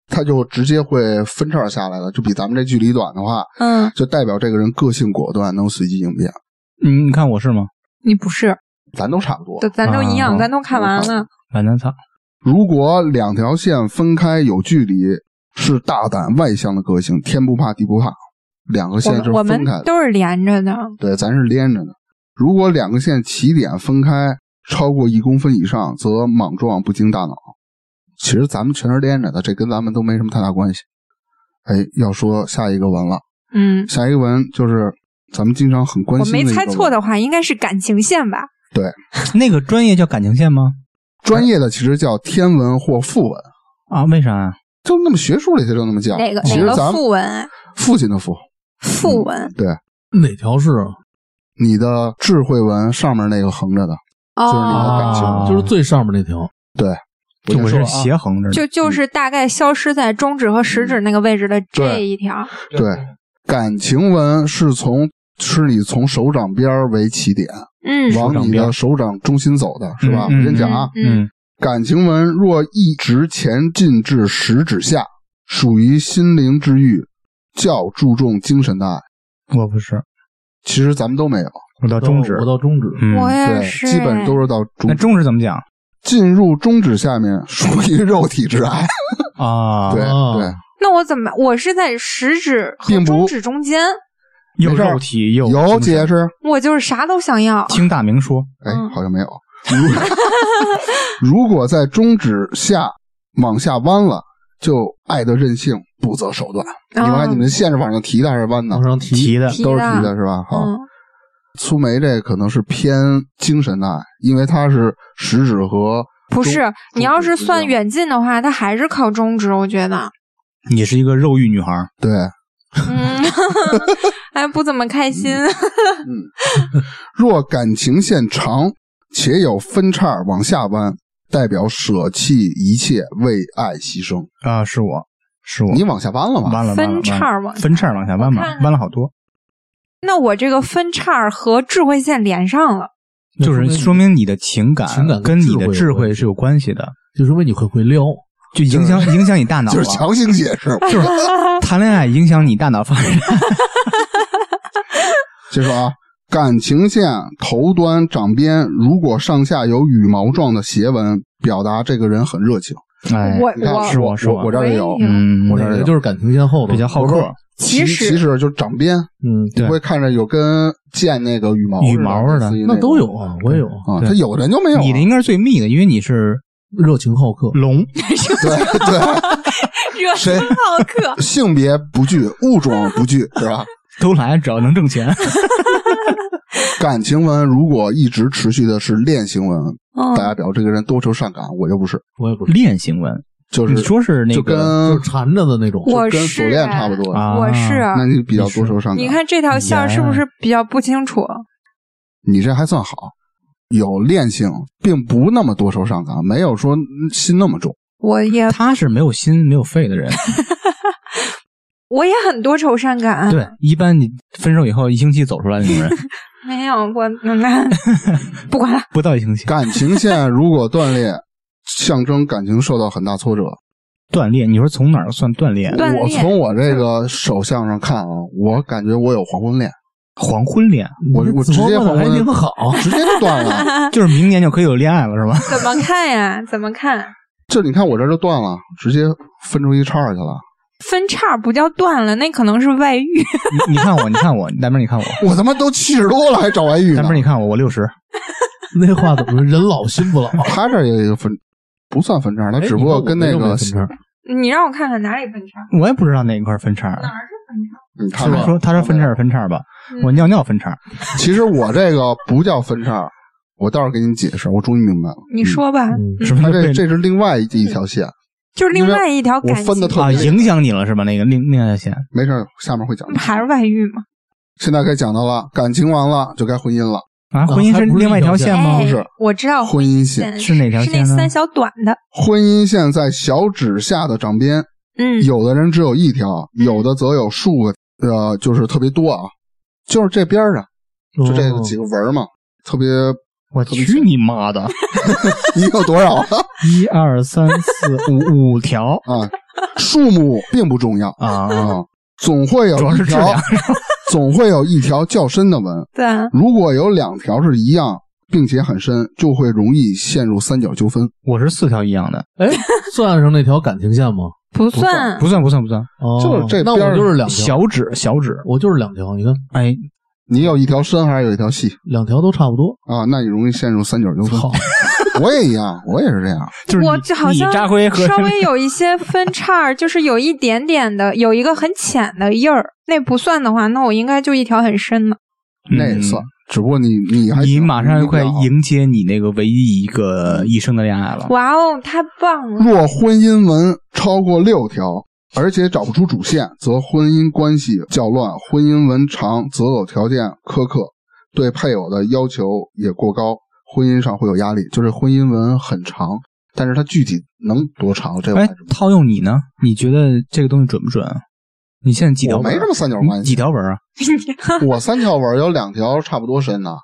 E: 它就直接会分叉下来了。就比咱们这距离短的话，
A: 嗯，
E: 就代表这个人个性果断，能随机应变。
B: 嗯，你看我是吗？
A: 你不是，
E: 咱都差不多
A: 都。咱都一样，
B: 啊
A: 咱都看完了。
B: 板南仓，
E: 如果两条线分开有距离，是大胆外向的个性，天不怕地不怕。两个
A: 我
E: 线
A: 们
E: 是
A: 我
E: 分
A: 们
E: 开的，
A: 都是连着的，
E: 对，咱是连着的。如果两个线起点分开超过一公分以上，则莽撞不经大脑。其实咱们全是连着的，这跟咱们都没什么太大关系。哎，要说下一个完了。
A: 嗯，
E: 下一个文就是咱们经常很关
A: 我
E: 心的
A: 没
E: 一个文，
A: 猜错的话，应该是感情线吧？
B: 那个专业叫感情线吗？
E: 专业的其实叫天文或副文，
B: 啊，为啥呀？
E: 就那么学术里头就那么叫。
A: 哪个
E: 啊其
A: 哪
E: 实
A: 个
E: 咱们嗯
A: 副文？啊
E: 父亲的父，
A: 副文
E: 对，
C: 哪条是啊？
E: 你的智慧文上面那个横着的，就是你
A: 哦，
E: 的感情。
B: 啊
C: 就是最上面那条。
B: 就我
E: 先说
B: 是
E: 了啊
B: 斜横着的，
A: 就就是大概消失在中指和食指那个位置的这一条。
E: 嗯对，感情文是从是你从手掌边儿为起点，
A: 嗯
B: 手
E: 往
B: 掌
E: 你
B: 边
E: 的
B: 儿
E: 手掌中心走的是吧？
B: 嗯嗯
E: 我先讲啊，
A: 嗯
B: 嗯
E: 感情文若一直前进至食指下，属于心灵之欲，较注重精神的爱。
B: 我不是，
E: 其实咱们都没有，
B: 我到中指
C: 我，到中指。
B: 嗯
A: 我也
E: 对，
A: 是，
E: 基本都是到
B: 那
E: 中
B: 中指怎么讲
E: 进入中指下面属于肉体之爱，
B: 啊？
E: 对
C: 啊
E: 对，
A: 那我怎么？我是在食指和
E: 并不
A: 中指中间，
B: 又
E: 没事儿
B: 肉体又
E: 有
B: 精神
E: 解释？
A: 我就是啥都想要。
B: 听大明说，
E: 哎
A: 嗯，
E: 好像没有。 如如果在中指下往下弯了，就爱的任性，不择手段。你们看，你们的线是往上提的还是弯的
C: 往？上提，
B: 提的
A: 哦提
E: 都是
A: 的
E: 提的是吧？好，
A: 嗯
E: 粗眉这可能是偏精神的爱，因为它是食指和
A: 不
E: 中
A: 是，你要是算
E: 中指
A: 远近的话，它还是靠中指，我觉得。
B: 你是一个肉欲女孩儿，
E: 对，
A: 嗯，哎，不怎么开心。
E: 若感情线长且有分叉往下弯，代表舍弃一切为爱牺牲。
B: 啊，是我是我，
E: 你往下弯了吗？
B: 弯了弯
A: 分
B: 了
A: 叉
B: 弯了
A: 往下
B: 分叉往下弯嘛
A: 我看，看
B: 弯了好多，
A: 那我这个分叉儿和智慧线连上了，
C: 那
B: 就是说明你的情感
C: 情感
B: 跟
C: 跟
B: 你的
C: 智
B: 智
C: 慧
B: 慧是有关系的，
C: 就说明你会会撩。
B: 就影响影响你大脑
E: 就是
B: 了，
E: 强行解释。
B: 就是谈恋爱影响你大脑发 展，
E: 接着啊，感情线头端掌边如果上下有羽毛状的斜纹，表达这个人很热情。
B: 哎，
A: 我
E: 你看，
A: 我
B: 是我
E: 我
B: 是我
E: 我这儿也有
A: 我也有
B: 嗯，
E: 我这
C: 哪
E: 儿
C: 个
E: 有
C: 就是感情线后头
B: 比较好客，
E: 其
A: 其实
E: 其实就是掌边，
C: 嗯，
E: 你
B: 对
E: 会看着有跟剑那个羽毛
B: 羽毛似的
E: 类似于
C: 那
E: 种
C: 都有啊，我也有啊，
E: 啊。
B: 对
E: 他有的人就没有啊，
B: 你的应该是最密的，因为你是
C: 热情好客。
B: 龙，
E: 对 对，
A: 热情
E: 谁
A: 好客。
E: 性别不惧，物种不惧，是吧？
B: 都来，只要能挣钱。
E: 感情文如果一直持续的是恋情文，大
A: 嗯，
E: 家表这个人多愁善感，我就不是，
C: 我也不是，
B: 恋行文，
E: 就是
B: 你说是那
E: 就
B: 个
E: 跟
C: 就是缠着的那种。
A: 我
E: 跟锁
A: 是
E: 链
A: 哎
E: 差不多。
B: 啊，
A: 我是
E: 那你比较多愁善感。
A: 你，看这条线儿是不是比较不清楚？
E: 你这还算好，有恋性，并不那么多愁善感，没有说心那么重。
A: 我也
B: 他是没有心没有肺 的人，
A: 我也很多愁善感，
B: 对，一般你分手以后一星期走出来那种人，
A: 没有我那不管了。
B: 不到一星期
E: 感情线如果断裂，象征感情受到很大挫折。
B: 断裂。你说从哪儿算断裂？
A: 断裂
E: 我从我这个手相上看啊，我感觉我有黄昏恋，
B: 黄昏恋，
E: 我
C: 你
E: 我直
C: 琢磨
E: 接
C: 得
E: 黄
C: 还
E: 昏
C: 挺 好，
B: 哦
E: 直接就断了。
B: 就是明年就可以有恋爱了，是吧？
A: 怎么看呀？怎么看？
E: 就你看我这儿就断了，直接分出一叉儿去了。
A: 分叉儿不叫断了，那可能是外遇。
B: 你你看我，你看我，大明你看我，
E: 我他妈都七十多了还找外遇
B: 大
E: 呢
B: 明。你看我，我六十，
C: 那话怎么说？人老心不老，
E: 他这儿也有一个分，不算分
B: 哎
E: 叉，他哎只不过跟那个
C: 是
A: 你让我看看哪里分叉儿？
B: 我也不知道哪一块分叉。
E: 你
B: 他
E: 看吧
B: 说他说分叉是分叉吧，
A: 嗯
B: 我尿尿分叉，
E: 其实我这个不叫分叉，我倒是给你解释，我终于明白了。
A: 你说吧。
C: 嗯
B: 是不
E: 他
B: 是
E: 这
B: 被
E: 这是另外一条线，
A: 就是另外一条
E: 我
A: 感情
E: 分
A: 哎
E: 的，特
B: 啊，
E: 别细，
B: 影响你了是吧？那个另另外线，
E: 没事儿，下面会
B: 嗯
E: 讲的。
A: 还是外遇嘛？
E: 现在该讲到了，感情完了就该婚姻了，
B: 啊，婚姻是另外一条线吗？
A: 哎
E: 是
A: 我知道
E: 婚姻线
A: 线
B: 是哪条
A: 是那
B: 线呢
A: 三小短的，
E: 婚姻线在小指下的掌边，
A: 嗯，
E: 有的人只有一条，
B: 嗯
E: 有的则有数个，呃，就是特别多啊，就是这边儿啊，
B: 哦
E: 就这
C: 哦
E: 个几个纹儿嘛，特别
B: 我去你妈 的！
E: 你有多少啊？
B: 一二三四五五条
E: 啊，数目并不重要啊，
B: 啊，
E: 总会有
B: 主要是
E: 一
B: 质
E: 条
B: 量，
E: 总会有一条较深的纹。
A: 对，啊
E: 如果有两条是一样，并且很深，就会容易陷入三角纠纷。
B: 我是四条一样的，
C: 哎， 算上那条感情线吗？
A: 不
E: 算
A: 算
B: 不算不算不算，
C: 哦，
E: 就是这
C: 那
E: 边儿
C: 我就是两条，
B: 小指小指，
C: 我就是两条。你看，
B: 哎，
E: 你有一条深还是有一条细
C: 两条都差不 多。
E: 啊？那你容易陷入三角纠纷
C: 好。
E: 我也一样，我也是这样。
B: 就是
A: 我
B: 你
A: 这好
B: 你
A: 像
B: 扎辉和
A: 稍微有一些分叉儿， 就是有一点点的，有一个很浅的印儿，那不算的话，那我应该就一条很深的。
E: 那也算，只不过你你还
B: 嗯你
E: 行
B: 马上快。
E: 你比较
B: 迎接你那个唯一一个
E: 嗯
B: 一生的恋爱了。
A: 哇哦，太棒了！
E: 好若婚姻纹超过六条，而且找不出主线，则婚姻关系较乱；婚姻纹长，择偶条件苛刻，对配偶的要求也过高，婚姻上会有压力。就是婚姻纹很长，但是它具体能多长，这我还
B: 哎
E: 是，
B: 套用你呢？你觉得这个东西准不准？你现在几条
E: 我
B: 纹？
E: 没什么三角关
B: 你几
E: 系。
B: 条纹啊？
E: 我三条纹有两条差不多深呢，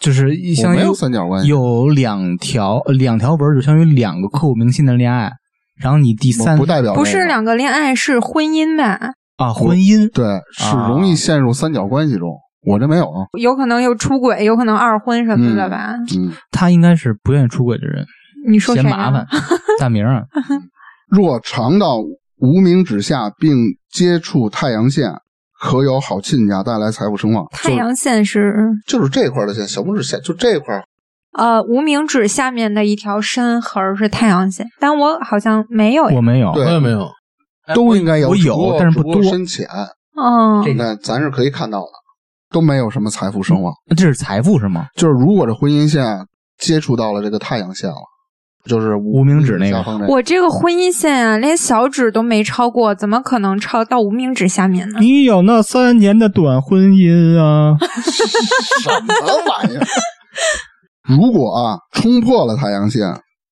B: 就是一
E: 我
B: 相
E: 没
B: 当于
E: 有三角关系。
B: 有两条呃两条纹，就相当于两个刻骨铭心的恋爱。然后你第
E: 我
B: 三
E: 不代表
A: 不
E: 那
A: 是
E: 个
A: 两个恋爱，是婚姻吧？
B: 啊婚姻，
E: 对，是容
B: 啊
E: 易陷入三角关系中。我这没有啊，
A: 有可能又出轨，有可能二婚什么的吧？
E: 嗯，
B: 他应该是不愿意出轨的人，
A: 你说
B: 嫌
A: 谁、啊？
B: 麻烦。 大明 啊，
E: 若尝到无名指下并接触太阳线，可有好亲家带来财富声望。
A: 太阳线是
E: 就就是这块的线，小拇指线就这块儿
A: 呃无名指下面的一条深痕儿是太阳线，但我好像没有
B: 我
A: 呀。
B: 没有，
E: 对
C: 我也没有，
E: 都应该有，
B: 哎我
E: 只
B: 有
E: 不过
B: 但是不
E: 只过
B: 多
E: 深浅，
A: 嗯，
E: 你看咱是可以看到的，都没有什么财富声望。
B: 这是财富是吗？
E: 就是如果这婚姻线接触到了这个太阳线了，就是无
B: 无名指那个
E: 下方这
A: 我这个婚姻线啊，连小指都没超过，怎么可能超到无名指下面呢？
B: 你有那三年的短婚姻啊，
E: 什么玩意儿？如果啊冲破了太阳线，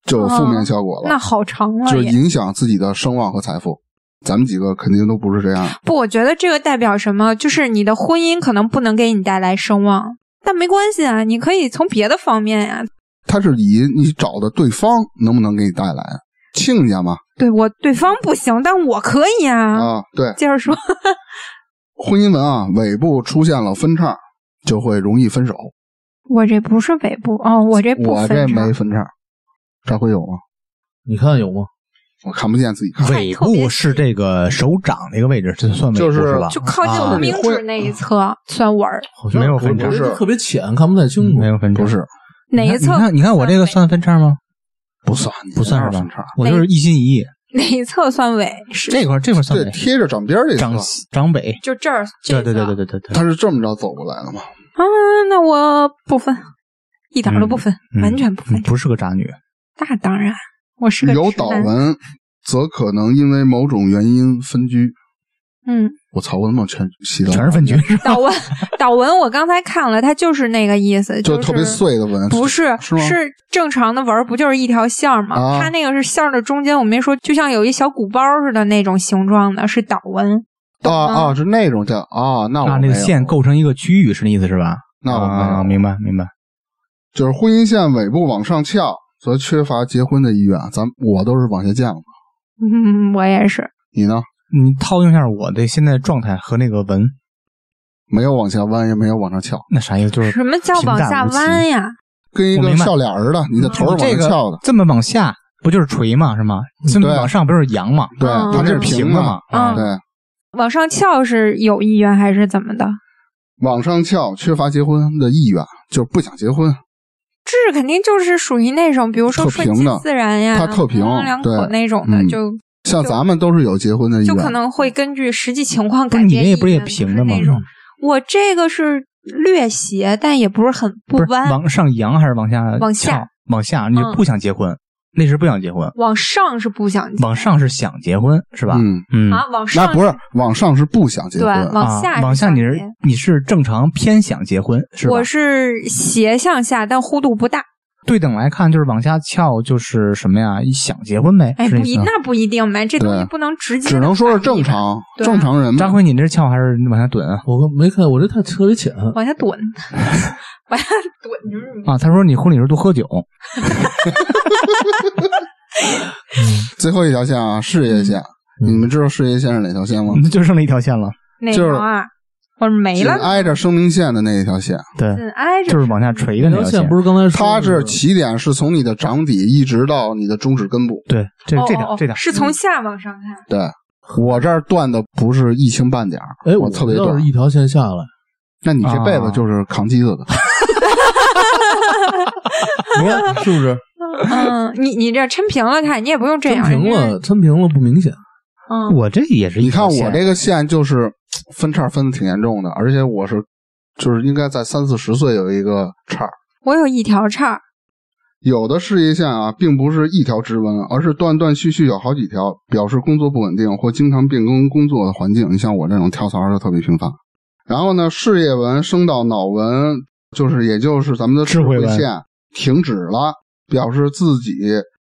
E: 就有负面效
B: 哦
E: 果了。
A: 那好长了
E: 就
A: 也
E: 影响自己的声望和财富。咱们几个肯定都不是这样，
A: 不，我觉得这个代表什么？就是你的婚姻可能不能给你带来声望，但没关系啊，你可以从别的方面呀、
E: 他是以你找的对方能不能给你带来亲家嘛？
A: 对我对方不行，但我可以
B: 哦
A: 啊。
E: 啊，对，
A: 接着说，
E: 婚姻文啊尾部出现了分叉，就会容易分手。
A: 我这不是尾部哦，我这不
E: 我这
A: 分叉
E: 没分叉，这会有吗？
C: 你看有吗？
E: 我看不见自己 看，
A: 太
B: 尾
A: 特别
B: 部是这个手掌那个位置，这算尾
E: 就
B: 部
E: 是
B: 吧？
A: 就靠近
B: 啊
A: 无名指那一侧算纹儿，
C: 好像
B: 没有
C: 我
B: 分叉嗯
C: 我这
E: 是
C: 特别浅，看不太清楚。
B: 没有分叉，
E: 不是
A: 哪一
B: 你
A: 侧？
B: 看，你看我这个
A: 尾
B: 算分叉吗？
E: 不算，
B: 不算是
E: 你
B: 吧
E: 那分叉。
B: 我就是一心一意，
A: 哪一侧算尾？是
B: 这块这块算
E: 对，
B: 北，
E: 贴着掌边这
B: 长
E: 个，
B: 长北，
A: 就这儿？这
B: 对
A: 一
B: 对对
A: 侧
B: 对对对对，
E: 他是这么着走过来的嘛？
A: 啊，那我不分，一点儿都不分，
B: 嗯
A: 完全不分
B: 嗯。不是个渣女，
A: 那当然，我是个
E: 有
A: 直
E: 岛
A: 男。
E: 纹，则可能因为某种原因分居。
A: 嗯，
E: 我操，我怎么全洗到
B: 全是分居，
A: 岛纹，岛纹，我刚才看了，它就是那个意思，
E: 就是特别。碎的啊纹，
A: 不是，
E: 是吗？
A: 正常的纹儿，不就是一条线儿吗？
E: 啊
A: 它那个是线儿的中间，我没说，就像有一小鼓包似的那种形状的，是岛纹。
E: 啊
A: 吗
E: 啊，是那种叫啊，那我
B: 那那个
E: 没有
B: 线，构成一个区域是那意思是吧？
E: 那我没有
B: 啊，明白明白。
E: 就是婚姻线尾部往上翘，则缺乏结婚的意愿。咱我都是往下降的，
A: 嗯，我也是，
E: 你呢？
B: 你套用一下我的现在状态和那个纹，
E: 没有往下弯，也没有往上翘，
B: 那啥意思？
E: 嗯
B: 就是
A: 什么叫往下弯呀？
E: 跟一
B: 我
E: 个
B: 明白
E: 笑脸儿的，
A: 嗯
E: 你的头是往
B: 这
E: 上
B: 个
E: 翘的，嗯
B: 这么往下不就是垂嘛，是吗？这么
E: 对
B: 往上不就是扬嘛？
E: 对，
A: 嗯
E: 它
B: 这
E: 是
B: 是
E: 平
B: 平的嘛？
A: 嗯
E: 对，
A: 往上翘是有意愿还是怎么的？
E: 往上翘，缺乏结婚的意愿，就是不想结婚。
A: 这肯定就是属于那种，比如说
E: 特
A: 顺
E: 平
A: 其
E: 的
A: 自然呀，
E: 它特平
A: 模棱两可
E: 对
A: 那种的，
E: 嗯
A: 就
E: 像咱们都是有结婚的意
A: 就
E: 愿，
A: 可能会根据实际情况
B: 不
A: 改
B: 是
A: 变
B: 你
A: 意见。
B: 那也不是也平的吗嗯
A: 不是那种？我这个是略斜，但也不是很不
B: 不是
A: 弯。
B: 往上扬还是往下？
A: 往下
B: 翘，往下，你就
A: 嗯
B: 不想结婚，那时不想结婚，
A: 往上是不想结
B: 往上是想结婚是吧？
E: 嗯，
B: 嗯
A: 啊，往上
E: 那不是往上是不想结
A: 对，
E: 婚，
A: 往下、
B: 啊、往下你是你是正常偏想结婚是吧
A: 我？是斜向下，但弧度不大。
B: 对等来看就是往下翘就是什么呀？想结婚呗，
A: 哎，
B: 是
A: 不
B: 这
A: 一
B: 意思吗。
A: 那不一定呗，这东西
E: 对
A: 不能直接，
E: 只能说是正。常
A: 对
E: 正常人嘛。
B: 张辉，你这是翘还是往下蹲啊？
F: 我没看，我这太特别浅，
A: 往下蹲，往下蹲，就是你
B: 啊，他说你婚礼时候多喝酒，
E: 最后一条线啊，事业线，
F: 嗯
E: 你们知道事业线是哪条线吗？
B: 那就剩了一条线了，
A: 哪
E: 就是
A: 条啊？我没
E: 紧
A: 了，
E: 挨着生命线的那一条线，
B: 对，
A: 紧挨着。
B: 就是往下垂的那
F: 条
B: 条线
F: 线不。是刚才说
E: 它
F: 的
E: 是
B: 嗯
E: 起点是从你的掌底一直到你的中指根部。
B: 对，这
A: 哦
B: 这
A: 哦
B: 条
A: 哦
B: 这条
A: 是从下往上看，
E: 对我这儿断的不是一清半点儿，
F: 哎，
E: 我
F: 我
E: 特别
F: 要
E: 短
F: 是。一条线下 来，
E: 那你这
B: 啊
E: 辈子就是扛机子的，
F: 你
E: 啊
F: 看是不是？
A: 嗯，你你这抻平了看，你也不用这
F: 抻
A: 样，
F: 平
A: 人
F: 了，抻平了不明显。
A: 家，嗯，
B: 我这也是一
E: 你看
B: 条线
E: 我这个线就是分叉分的挺严重的，而且我是就是应该在三四十岁有一个叉儿。
A: 我有一条叉儿，
E: 有的事业线啊，并不是一条直纹，而是断断续续有好几条，表示工作不稳定或经常变更工作的环境。你像我这种跳槽的特别频繁。然后呢，事业纹升到脑纹，就是也就是咱们的
B: 智
E: 智
B: 慧
E: 慧
B: 纹
E: 线停止了，表示自己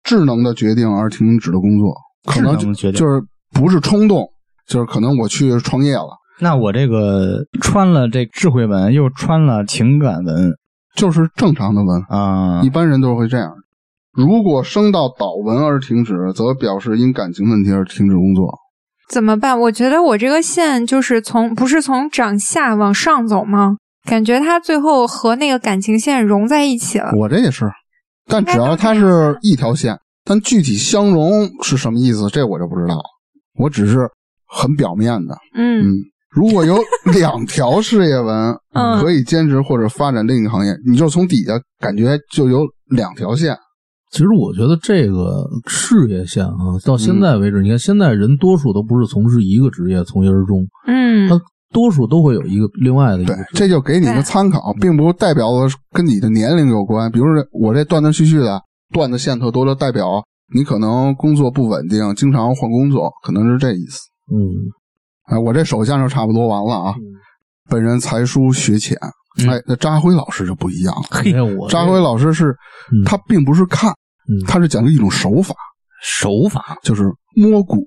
E: 智能的决定而停止的工作，可能
B: 智能决
E: 就
B: 定
E: 就是不是冲动，就是可能我去创业了，
B: 那我这个穿了这智慧纹，又穿了情感纹
E: 就是正常的纹。
B: 啊
E: 一，般人都会这样。如果升到倒纹而停止，则表示因感情问题而停止工作。
A: 怎么办？我觉得我这个线就是从不是从掌下往上走吗？感觉它最后和那个感情线融在一起了。
E: 我这也是，但只要它是一条线，但具体相融是什么意思，这我就不知道了。我只是很表面的。
A: 嗯
E: 嗯，如果有两条事业纹，
A: 嗯
E: 可以兼职或者发展另一个行业，你就从底下感觉就有两条线。
F: 其实我觉得这个事业线啊，到
B: 嗯
F: 现在为止，你看现在人多数都不是从事一个职业从一而终，
A: 嗯
F: 他多数都会有一个另外的一个
E: 对
F: 职，业。
E: 这就给你一个
A: 对
E: 参考，并不代表着跟你的年龄有关。比如说我这断断续续的断的线特多，就代表你可能工作不稳定，经常换工作，可能是这意思。
F: 嗯，
E: 哎，我这手相就差不多完了啊。本人才疏学浅，
B: 嗯
E: 哎，那扎辉老师就不一样了。
F: 没有哎我
E: 扎辉老师是
F: 嗯，
E: 他并不是看，
F: 嗯
E: 他是讲究一种手法，
B: 手法
E: 就是摸骨。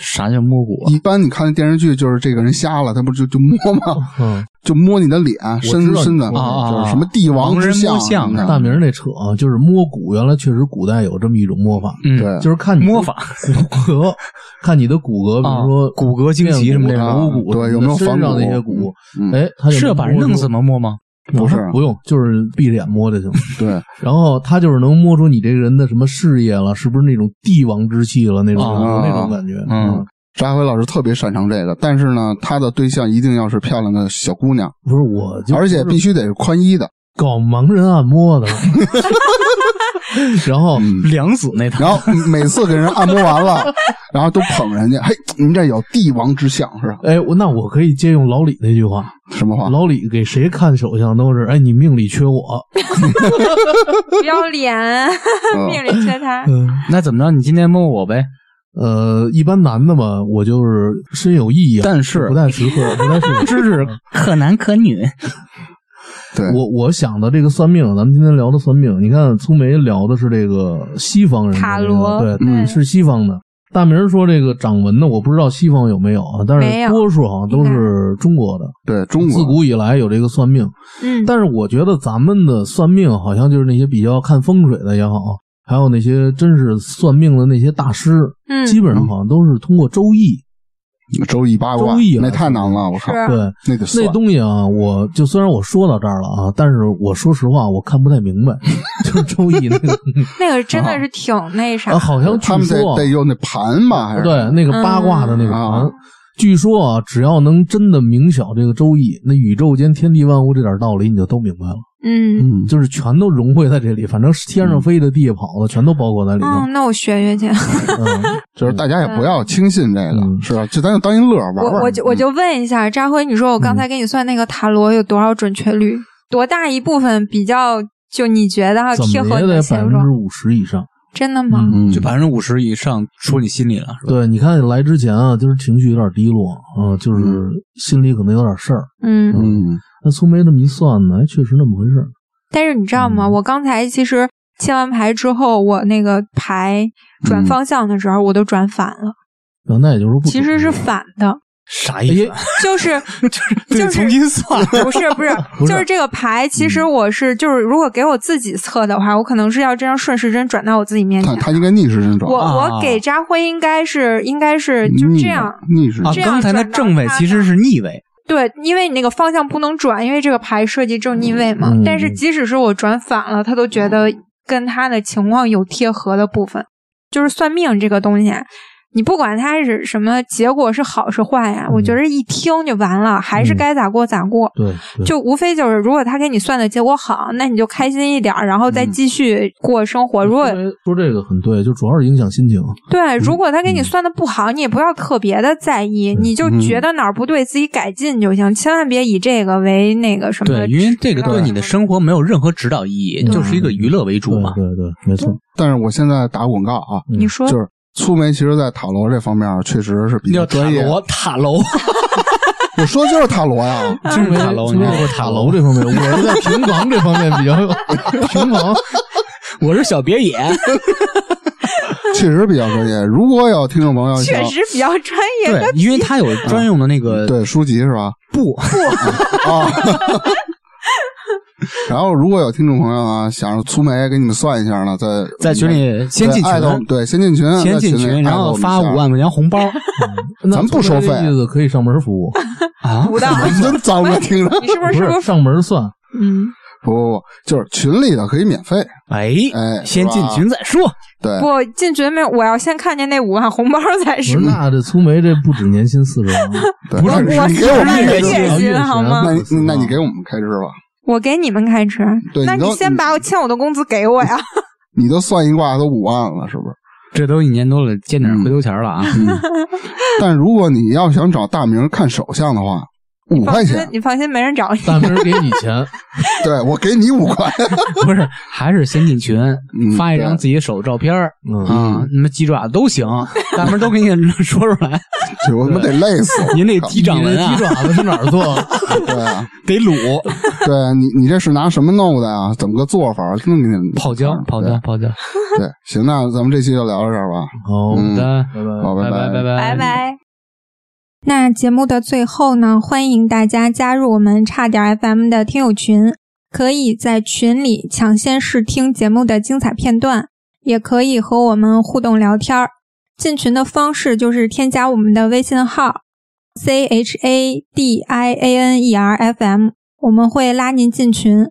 B: 啥叫摸骨啊？
E: 一般你看那电视剧，就是这个人瞎了，他不就就摸 吗？
F: 嗯，
E: 就摸你的脸、身
F: 知道你
E: 身子，
F: 说的
B: 啊
E: 就是什么帝王
B: 盲人
E: 之
B: 摸
E: 相
B: 象
E: 什么的
B: 是吧
F: 大明儿那扯啊，就是摸骨，原来确实古代有这么一种摸法，
B: 嗯，
E: 对，
F: 就是看你的
B: 摸法
F: 骨骼，看你的骨骼，比
B: 啊
F: 如说
B: 骨骼惊奇什么这啊
F: 面
B: 种
F: 骨头骨，
E: 对
F: 你的
E: 有没有
F: 身
E: 仿
F: 上
E: 古
F: 那些骨？
E: 嗯
F: 哎，他就能
B: 是啊把人
F: 摸出啊
B: 弄死？吗？啊摸吗？
E: 不是
F: 不用，就是闭着眼摸就行。
E: 对，
F: 然后他就是能摸出你这个人的什么事业了，是不是那种帝王之气了那种
B: 啊
F: 那种感觉？
B: 嗯，
E: 扎辉老师特别擅长这个，但是呢，他的对象一定要是漂亮的小姑娘，
F: 不是我就，
E: 而且必须得是宽衣 的。
F: 搞盲人按 摩的。然后
E: 嗯，
B: 梁子那套
E: 然后每次给人按摩完了，然后都捧人家，嘿，您这有帝王之相是吧？
F: 哎，我那我可以借用老李那句话，
E: 什么
B: 啊
E: 话？
F: 老李给谁看手相都是，哎，你命里缺我。
A: 不要脸，
E: 嗯
A: 命里缺他。
F: 嗯，
B: 那怎么着？你今天摸我呗？
F: 呃，一般男的嘛，我就是深有异议啊，
B: 但是
F: 不太适 合，不太适合。
B: 知识可男可女，
E: 对，
F: 我我想的这个算命，咱们今天聊的算命，你看粗梅聊的是这个西方人的
A: 塔
F: 这个
A: 罗
F: 对，
A: 嗯
F: 是西方的。大明说这个掌纹的，我不知道西方有没有啊，但
A: 没
F: 是
A: 有
F: 多数好像都是中国的，
E: 对中
F: 自
E: 国
F: 古以来有这个算命。
A: 嗯，
F: 但是我觉得咱们的算命好像就是那些比较看风水的也好，还有那些真是算命的那些大师，
A: 嗯
F: 基本上好像都是通过周易。
E: 周易八卦
F: 周易啊
E: 那太难了，我靠，
A: 是
F: 对，
E: 那得算
F: 那东西啊，我就虽然我说到这儿了啊，但是我说实话，我看不太明白， 就是周易那个，
A: 那个真的是挺那啥
F: 啊，，好像据
E: 他们得
F: 说啊
E: 得有那盘吧？还是
F: 对那个八卦的那个
E: 嗯
F: 盘。
E: 啊
F: 据说啊，只要能真的明晓这个《周易》，那宇宙间天地万物这点道理，你就都明白了，
A: 嗯
E: 嗯，
F: 就是全都融汇在这里。反正天上飞的、地下跑的，全都包括在里头。
A: 嗯，那我学学去。
F: 嗯，
E: 就是大家也不要轻信这个，
F: 嗯
E: 是吧？就咱就当一乐玩玩。
A: 我我就我
E: 嗯
A: 就问一下扎辉，你说我刚才给你算那个塔罗有多少准确率？多大一部分比较就你觉得哈
F: 怎
A: 贴
F: 么
A: 合
F: 也
A: 你
F: 得
A: 的
F: 百
A: 现
F: 分之
A: 状？
F: 五十以上。
A: 真的吗？
E: 嗯
B: 就百分之五十以上说你心里了，是吧？
F: 对，你看来之前啊，就是情绪有点低落，啊，就是心里可能有点事儿。
A: 嗯
E: 嗯
F: 那苏梅这么一算呢，哎，确实那么回事儿。
A: 但是你知道吗？我刚才其实切完牌之后，我那个牌转方向的时候，我都转反了，
F: 啊那也就是说不准，哎
A: 其实是反的，
B: 啥意思？
A: 就是
B: 对，
A: 就是
B: 重新算。
A: 不是不是，就是这个牌，其实我是就是如果给我自己测的话，我可能是要这样顺时针转到我自己面
E: 他
A: 前。
E: 他应该逆时针转
A: 哎我，
B: 啊
A: 我给扎辉应该是应该是就
E: 逆
A: 这样，
E: 逆时
B: 啊
E: 针，
A: 这，样
B: 刚才那
A: 转到
B: 正位
A: 他
B: 其实是逆位，
A: 对，因为你那个方向不能转，因为这个牌涉及正逆位嘛。
F: 嗯
A: 但是即使是我转反了，他都觉得跟他的情况有贴合的部分。就是算命这个东西，你不管它是什么结果是好是坏呀、
F: 嗯
A: 我觉得一听就完了，还是该咋过咋过。
F: 对嗯对，
A: 就无非就是，如果他给你算的结果好，那你就开心一点儿，然后
F: 嗯
A: 再继续过生活。如果
F: 苏梅说这个很对，就主要是影响心情。
A: 对，如果他给
E: 嗯
A: 你算的不好，你也不要特别的在意，你就觉得哪儿不对，自己改进就行，千万别以这个为那个什么。
B: 对，因为这个对你的生活没有任何指导意义，
A: 对
B: 就是一个娱乐为主
F: 对
B: 嘛。
F: 对对，没错。
E: 但是我现在打广告啊，
A: 你说
E: 就是苏梅其实，在塔罗这方面确实是比较专业。
B: 塔罗，
E: 我说就是塔罗 呀，
B: 就是塔罗，
F: 苏
B: 你
F: 梅
B: 看
F: 有塔罗这方面，我是在平房这方面比较有平房。
B: 我是小别野，
E: 确实比较专业。如果有听众朋友想
A: 确实比较专业，
B: 对，因为它有专用的那个
E: 嗯对书籍是吧？
B: 布，
E: 啊。 然后，如果有听众朋友呢，想让苏梅给你们算一下呢，在
B: 在群里先进群
E: 对，艾特我们对，先进群，
B: 先
E: 在
B: 进
E: 里
B: 群，
E: 艾
B: 然
E: 特我
B: 后
E: 们
B: 发
E: 一下
B: 五，万块钱红包
F: 嗯那
E: 咱不
F: 苏
E: 收
F: 梅这
E: 费
F: 意思可以上门服务，
B: 啊
A: 不到。
E: 真脏着听着。
A: 你是不是是不是？
F: 不是上门算。
A: 嗯，
E: 不不不，就是群里的可以免费，
B: 哎，
E: 哎，
B: 先进
E: 是吧，
B: 群再说。
E: 对，
A: 我进群没有？我要先看见那五万红包才
F: 不是，
A: 是。
F: 那这苏梅这不止年薪四十万，
E: 对
B: 不是
E: 那
A: 我
E: 你
A: 是
E: 给我
A: 按
E: 们
A: 月
E: 月
F: 薪
E: 薪，
A: 薪
E: 啊
A: 好吗
E: 那？你
F: 嗯
E: 那你给我们开支吧，
A: 我给你们开吃，
E: 对
A: 那
E: 你都
A: 你先把我欠我的工资给我呀。
E: 你都算一卦都五万了，是不是？
B: 这都一年多了，见点
E: 嗯
B: 回头钱了啊！
E: 但如果你要想找大明看手相的话，五块
A: 放心
E: 钱，，
A: 你放心，没人找你。
F: 大明儿给你钱，
E: 对我给你五块，
B: 不是，还是先进群，发一张
E: 对
B: 自己手照片儿
F: 嗯，
B: 啊，那么鸡爪都行， 大门都给你说出来。
E: 就我他妈得累死我，
B: 您那鸡掌
F: 你
B: 纹
F: 这
B: 啊
F: 鸡，爪子是哪儿做的？
E: 对啊，
B: 得卤
E: 对啊你你这是拿什么弄的啊？怎么个做法？弄给你
B: 泡椒，泡椒，泡椒。
E: 对，对行，那咱们这期就聊到这儿吧，
F: 好，
B: 好
E: 嗯
B: 的，
F: 拜拜。
E: 好，
B: 拜
E: 拜
B: 拜。拜
A: 拜。拜。那节目的最后呢，欢迎大家加入我们差点 FM 的听友群，可以在群里抢先试听节目的精彩片段，也可以和我们互动聊天儿。进群的方式就是添加我们的微信号 c h a d i a n e r f m，我们会拉您进群。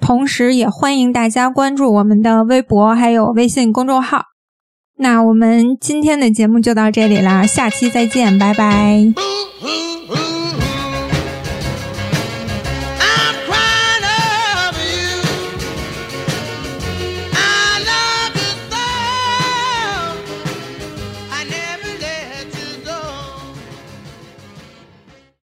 A: 同时，也欢迎大家关注我们的微博还有微信公众号。那我们今天的节目就到这里啦，下期再见，拜拜。
D: Boo hoo hoo.